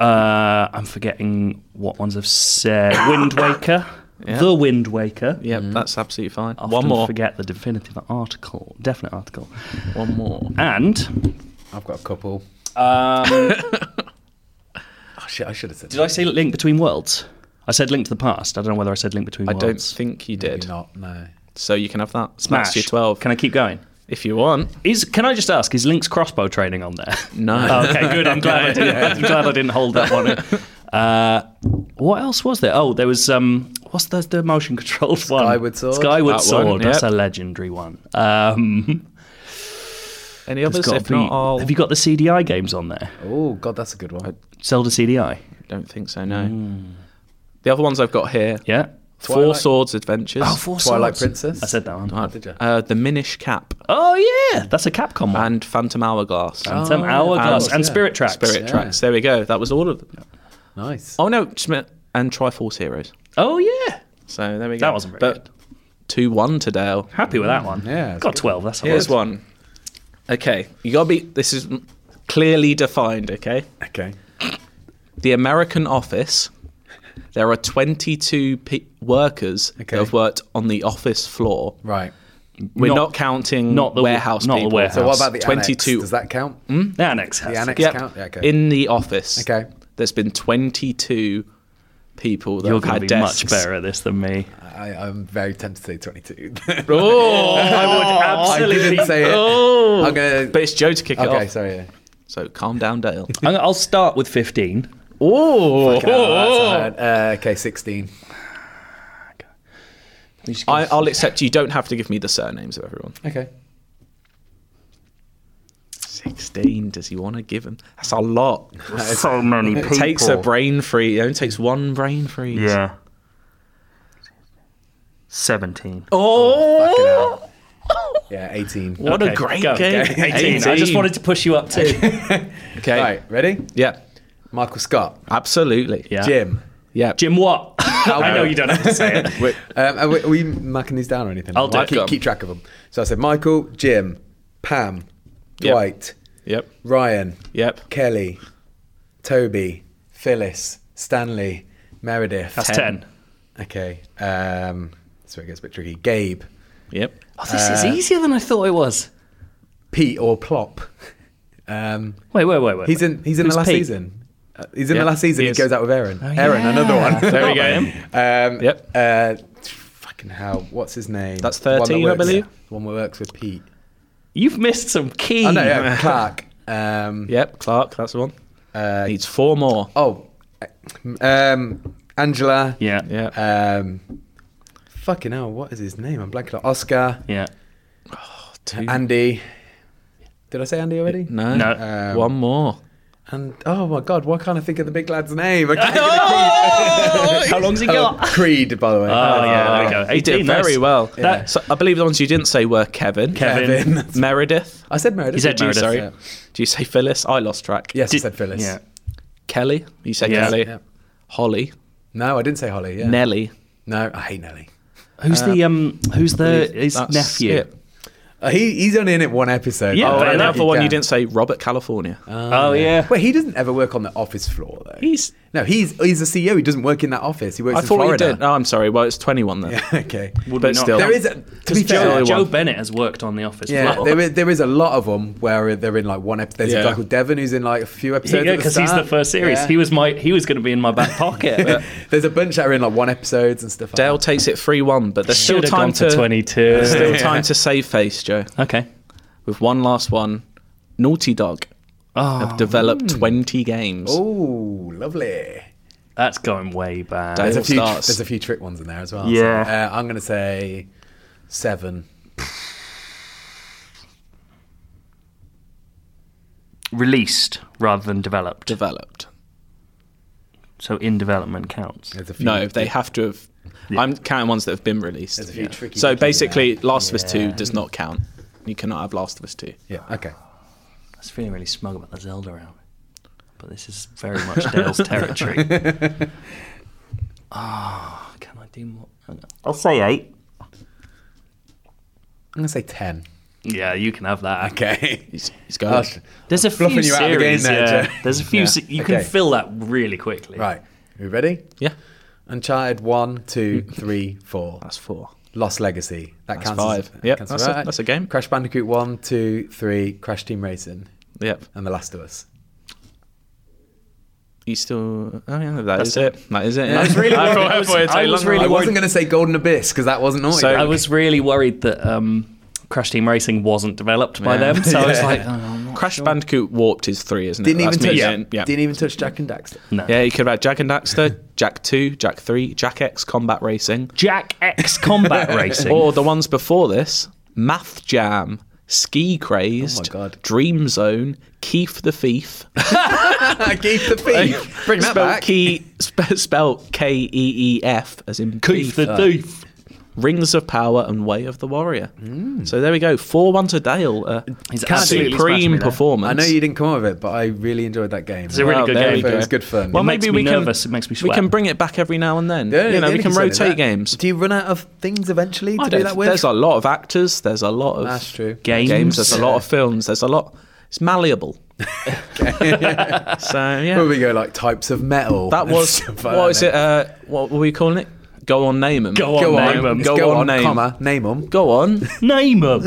S3: Uh, I'm forgetting what ones I've said. Wind Waker, The Wind Waker.
S5: Yep, that's absolutely fine.
S3: Often
S5: One more.
S3: Forget the definitive article, definite article,
S5: One more.
S3: and
S4: I've got a couple. Oh, shit, I should have said
S3: Um, Did I say link between worlds? I said link to the past. I don't know whether I said link between
S5: I
S3: worlds.
S5: don't think you did.
S4: Maybe not, no.
S5: So you can have that.
S3: Smash.
S5: That's your twelve.
S3: Can I keep going?
S5: if you want.
S3: Is can I just ask? Is Link's crossbow training on there?
S5: No.
S3: Oh, okay, good. I'm glad I didn't. I'm glad I didn't hold that one. In. Uh, what else was there? Oh, there was um. What's the, the motion controlled one?
S4: Skyward Sword.
S3: Skyward
S5: That
S3: Sword.
S5: one,
S3: That's
S5: yep.
S3: a legendary one. Um,
S5: Any
S3: there's
S5: others?
S3: gotta
S5: If not,
S3: be-
S5: I'll.
S3: have you got the CDI games on there?
S4: Oh, God, that's a good one.
S3: Zelda CDI.
S5: Don't think so. No. The other ones I've got here.
S3: Hmm. Yeah. Oh,
S5: Four
S4: Twilight.
S5: Swords Adventures.
S4: Twilight Princess.
S3: I said that one.
S5: Uh,
S4: did ya?
S5: uh, the Minish Cap
S3: Oh yeah, that's a Capcom one.
S5: and Phantom Hourglass.
S3: And some hourglass
S5: Hourglass,
S3: and
S4: yeah.
S3: Spirit Tracks.
S5: Spirit Tracks. There we go. That was all of them.
S4: Nice.
S5: Oh no, just meant- and Triforce Heroes.
S3: Oh yeah.
S5: So there we go.
S3: That wasn't very
S5: but
S3: good.
S5: two one to Dale.
S3: Happy with that one.
S4: Yeah, it's
S3: Got
S4: good.
S3: twelve. That's all
S5: Here's
S3: right.
S5: one. Okay, you gotta be. This is clearly defined. Okay,
S4: Okay.
S5: the American office. There are 22 pe workers
S4: Okay.
S5: that have worked on the office floor.
S4: Right.
S5: We're
S3: Not-
S5: not, counting
S3: not the-
S5: warehouse
S3: not the
S5: people.
S3: warehouse.
S4: So what about the
S5: 22
S4: annex? Does that count?
S3: The annex has.
S4: The annex
S5: Yep.
S4: count? Yeah, okay.
S5: In the office.
S4: Okay.
S5: There's been 22 people that
S3: You're
S5: have
S3: going to
S5: had
S3: be
S5: desks.
S3: much better at this than me.
S4: I, I'm very tempted to say 22.
S5: Oh,
S3: I would
S4: I didn't say it.
S3: Oh,
S4: I'm going
S5: but
S4: to...
S5: it's Joe to kick it
S4: Okay,
S5: off.
S4: sorry. yeah.
S5: So calm down, Dale.
S3: I'll start with fifteen.
S5: Oh,
S4: Oh, that's hard. Uh, okay, 16.
S5: I, I'll accept you don't have to give me the surnames of everyone.
S4: Okay.
S5: Sixteen. Does he want to give him? That's a lot.
S1: so many
S5: It
S1: people.
S5: takes a brain freeze. It only takes one brain freeze.
S1: Yeah. 17.
S4: Oh! Yeah, 18.
S3: What
S5: a great game.
S3: 18. I just
S5: 18.
S3: wanted to push you up to.
S5: Okay.
S4: Right, ready?
S5: Yeah.
S4: Michael Scott,
S5: Absolutely.
S3: Yeah.
S4: Jim.
S5: Yeah.
S3: Jim what? I know you don't have to say it.
S4: Wait, um, are, we, are we marking these down or anything?
S3: I'll do
S4: Like,
S3: it.
S4: keep, keep track of them. So I said Michael, Jim, Pam,
S5: Yep.
S4: Dwight,
S5: Yep.
S4: Ryan,
S5: Yep.
S4: Kelly, Toby, Phyllis, Stanley, Meredith.
S3: That's 10.
S4: Okay. Um, so it gets a bit tricky. Gabe,
S5: Yep.
S3: Oh, this is easier than I thought it was.
S4: Pete or Plop. Um,
S3: Wait, wait, wait, wait.
S4: he's in. He's in
S3: Who's
S4: the last
S3: Pete?
S4: season. Uh, he's in
S5: Yeah,
S4: the last season.
S5: he
S4: He,
S5: is. Oh,
S4: goes out with Aaron. Aaron, another one.
S5: There we go.
S4: Um,
S5: Yep.
S4: Uh, fucking hell. What's his name?
S5: That's
S4: The one that
S5: 13, I
S4: works-
S5: believe.
S4: The one that works with Pete.
S3: You've missed some key.
S4: Oh no, yeah, Clark. Um,
S5: Yep. Clark. That's the one.
S4: uh,
S5: Needs four more.
S4: oh, um, Angela.
S3: Yeah.
S5: Yeah.
S4: Um, fucking hell, what is his name? I'm blanking on Oscar,
S3: Yeah.
S5: Two.
S4: Andy. Did I say Andy already?
S5: no. uh,
S3: No.
S4: Um,
S5: one more.
S4: And oh my god, why can't I think of the big lad's name? I can't think of
S3: How long's he
S4: the-
S3: got?
S4: Oh, Creed, by the way.
S3: Oh, yeah, there we go.
S5: He did
S3: 18, nice.
S5: very well.
S3: That-
S5: So I believe the ones you didn't say were Kevin,
S3: Kevin.
S4: Ah, Kevin.
S5: Meredith.
S4: I said Meredith.
S3: He said
S4: didn't
S3: Meredith,
S4: I?
S5: Sorry.
S4: Yeah.
S5: Do you say Phyllis? I lost track.
S4: Yes,
S3: Did-
S4: I said Phyllis.
S3: Yeah.
S5: Kelly. You said
S3: Yeah.
S5: Kelly.
S4: Yeah.
S5: Holly.
S4: No, I didn't say Holly. Yeah.
S5: Nelly.
S4: No, I hate Nelly.
S3: Who's the um? Who's the
S5: believe
S3: his
S5: that's
S3: nephew?
S5: it.
S4: Uh, he he's only in it one episode.
S3: Yeah,
S5: Oh,
S3: Fair
S5: and
S3: enough.
S5: another one you
S4: can.
S5: didn't say. Robert California.
S3: Oh yeah.
S4: Wait, he doesn't ever work on the office floor though.
S5: He's.
S4: no, he's he's a CEO. He doesn't work in that office. He works
S5: I
S4: in
S5: thought
S4: Florida.
S5: he did. Oh, I'm sorry. Well, it's 21 then.
S4: okay.
S5: but
S3: not?
S5: still.
S4: There is a, to be
S5: Just
S4: fair,
S3: Joe,
S5: Joe
S3: Joe
S5: won.
S3: Bennett has worked on The Office.
S4: Yeah,
S3: as well.
S4: there is, there is a lot of them where they're in like one episode. There's
S5: Yeah.
S4: a guy called Devon who's in like a few
S3: Yeah,
S4: episodes. at
S3: because he's the
S4: start.
S3: first series.
S4: Yeah.
S3: He was my he was going to be in my back pocket. but
S4: There's a bunch that are in like one episodes and stuff.
S5: Dale
S4: like that.
S5: takes it 3 1, but there's still
S3: Should have
S5: time
S3: gone for
S5: to.
S3: twenty two.
S5: Still time to save face, Joe.
S3: okay.
S5: With one last one. Naughty Dog
S3: Oh.
S5: have developed 20 games.
S4: Oh, lovely.
S3: That's going way back.
S5: Dave
S4: There's a few.
S5: starts.
S4: There's a few trick ones in there as well.
S1: Yeah.
S4: So, uh, I'm gonna say seven.
S3: Released rather than developed.
S5: Developed.
S3: so in development counts.
S4: There's a few.
S5: No, they have to have. I'm counting ones that have been released.
S4: There's a few tricky.
S5: So
S4: ones in
S5: basically, Last of Us 2
S3: Yeah.
S5: does not count. You cannot have Last of Us 2.
S4: there. yeah. Okay.
S3: I was feeling really smug about the Zelda round, but this is very much Dale's territory. Ah, can I do more? Oh, no.
S1: I'll say 8.
S4: I'm gonna say ten.
S3: Yeah, you can have that.
S4: Okay.
S5: He's, he's going.
S4: Oh,
S3: There's a
S4: Bluffing
S3: few
S4: you out of the game
S3: series.
S4: there,
S3: yeah.
S4: Joe.
S3: There's a few.
S4: Yeah.
S3: se- you
S4: Okay.
S3: can fill that really quickly.
S4: right. We ready?
S5: yeah,
S4: Uncharted one, two, three, four.
S5: that's four.
S4: Lost Legacy. That
S5: That's
S4: counts. as-
S5: five. Yep,
S4: counts
S5: that's
S4: as-
S5: a-
S4: alright.
S5: that's a game.
S4: Crash Bandicoot one, two, three. Crash Team Racing
S5: Yep.
S4: and The Last of Us.
S5: He's still. Oh, yeah, that's it. That is it.
S3: I was really
S5: I
S3: worried.
S5: thought
S3: I was,
S5: it would take
S3: I was
S5: longer.
S3: really
S4: I
S3: worried.
S4: wasn't going to say Golden Abyss because that wasn't naughty.
S3: I
S4: Dog.
S3: was really worried that um, Crash Team Racing wasn't developed by
S5: Yeah.
S3: them. So I was like, oh, I'm not
S5: Crash
S3: sure.
S5: Bandicoot Warped is three, isn't it?
S4: didn't even
S5: That's me
S4: touch.
S5: again. Yeah.
S4: Didn't even touch Jack and Daxter.
S3: No.
S5: Yeah, you could have had Jack and Daxter, Jack 2, Jack 3, Jack X Combat Racing,
S3: Jack X Combat Racing.
S4: Oh,
S5: or the ones before this Math Jam, Ski Crazed,
S4: God.
S5: Dream Zone, Keith the Thief.
S4: I gave the thief. Bring that
S5: spelled
S4: back.
S5: Key, spe- spelled K E E F, as in
S3: Keith
S5: Keith.
S3: the Thief.
S5: Rings of Power and Way of the Warrior.
S4: Hmm.
S5: So there we go. 4 1 to Dale. Uh,
S3: He's absolutely smashing me
S5: supreme
S3: there.
S5: performance.
S4: I know you didn't come up with it, but I really enjoyed that game.
S3: It's a really
S5: Well,
S3: good
S5: there
S3: game.
S5: we
S4: It
S5: go.
S4: was good fun.
S5: Well,
S3: It makes
S5: maybe
S3: me
S5: we can,
S3: nervous, it makes me
S5: We
S3: sweat.
S5: can bring it back every now and then.
S4: The only-
S5: you
S4: the
S5: know, we
S4: only
S5: can
S4: concern is that-
S5: rotate games.
S4: Do you run out of things eventually
S5: I
S4: to do
S5: don't-
S4: that with?
S5: There's a lot of actors. There's a lot of
S4: That's true.
S3: Games.
S5: There's a lot of films. There's a lot. It's malleable. so yeah,
S4: Where we go like types of metal.
S5: that was
S4: and stuff like
S5: what
S4: that.
S5: is it? Uh, what were we calling it? Go on, name 'em.
S3: Go on,
S4: Go
S3: name 'em.
S4: on,
S5: Go,
S4: go
S5: on,
S4: on,
S5: name.
S4: comma, name 'em.
S5: Go on.
S3: Name them.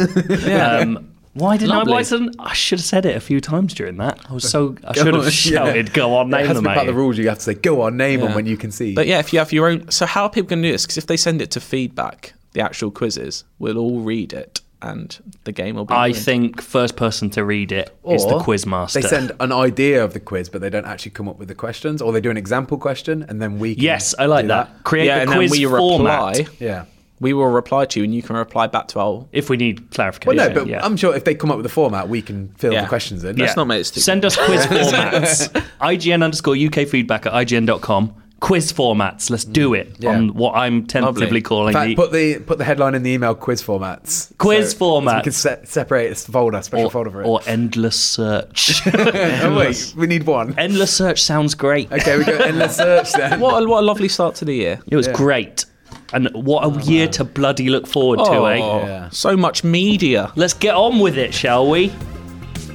S3: um, why didn't
S5: Lovely.
S3: I? Why didn't I? Should have said it a few times during that. I was so I should
S4: on, Oh, yeah.
S3: have shouted. Go on,
S4: it
S3: name
S4: has
S3: them.
S4: to be
S3: mate.
S4: part of the rules. You have to say go on, name 'em
S5: Yeah.
S4: when you can see.
S5: But yeah, if you have your own, so how are people going to do this? Because if they send it to feedback, the actual quizzes, we'll all read it, and the game will be.
S3: I
S5: ruined.
S3: think first person to read it is the
S4: Or
S3: quiz master.
S4: They send an idea of the quiz, but they don't actually come up with the questions, or they do an example question and then we. Can
S3: yes, I like
S4: do
S3: that. Create
S5: yeah,
S3: the
S5: and
S3: quiz
S5: then we
S3: format.
S5: reply.
S4: Yeah.
S5: We will reply to you, and you can reply back to our.
S3: If we need clarification,
S4: Well, no, but
S3: yeah.
S4: I'm sure if they come up with a format, we can fill
S5: Yeah.
S4: the questions in.
S5: Let's not make this too-
S3: Send us quiz formats. IGN underscore UK feedback at IGN.com. Quiz formats. Let's do it
S4: Yeah.
S3: on what I'm tentatively
S5: Lovely.
S4: In
S3: calling
S4: fact,
S3: the
S4: put the put the headline in the email quiz formats.
S3: Quiz
S4: So we
S3: formats.
S4: can se- separate a folder, special
S3: or,
S4: folder for it.
S3: or endless search.
S4: oh, wait, we need one.
S3: endless search sounds great.
S4: Okay, we go endless search then.
S5: What a, what a lovely start to the year.
S3: It was great. And what
S4: Oh,
S3: a year to bloody look forward to, eh?
S4: Yeah.
S5: Oh, so much media.
S3: Let's get on with it, shall we?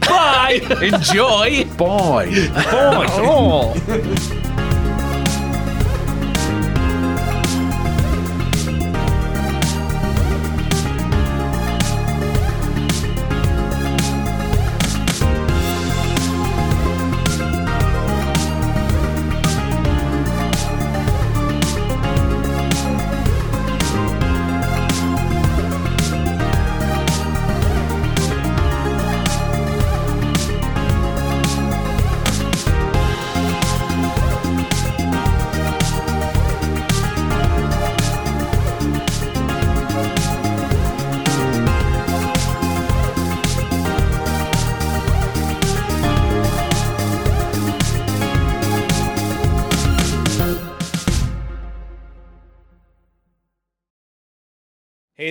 S3: Bye!
S5: Enjoy.
S4: Boy.
S5: Oh.
S7: Hey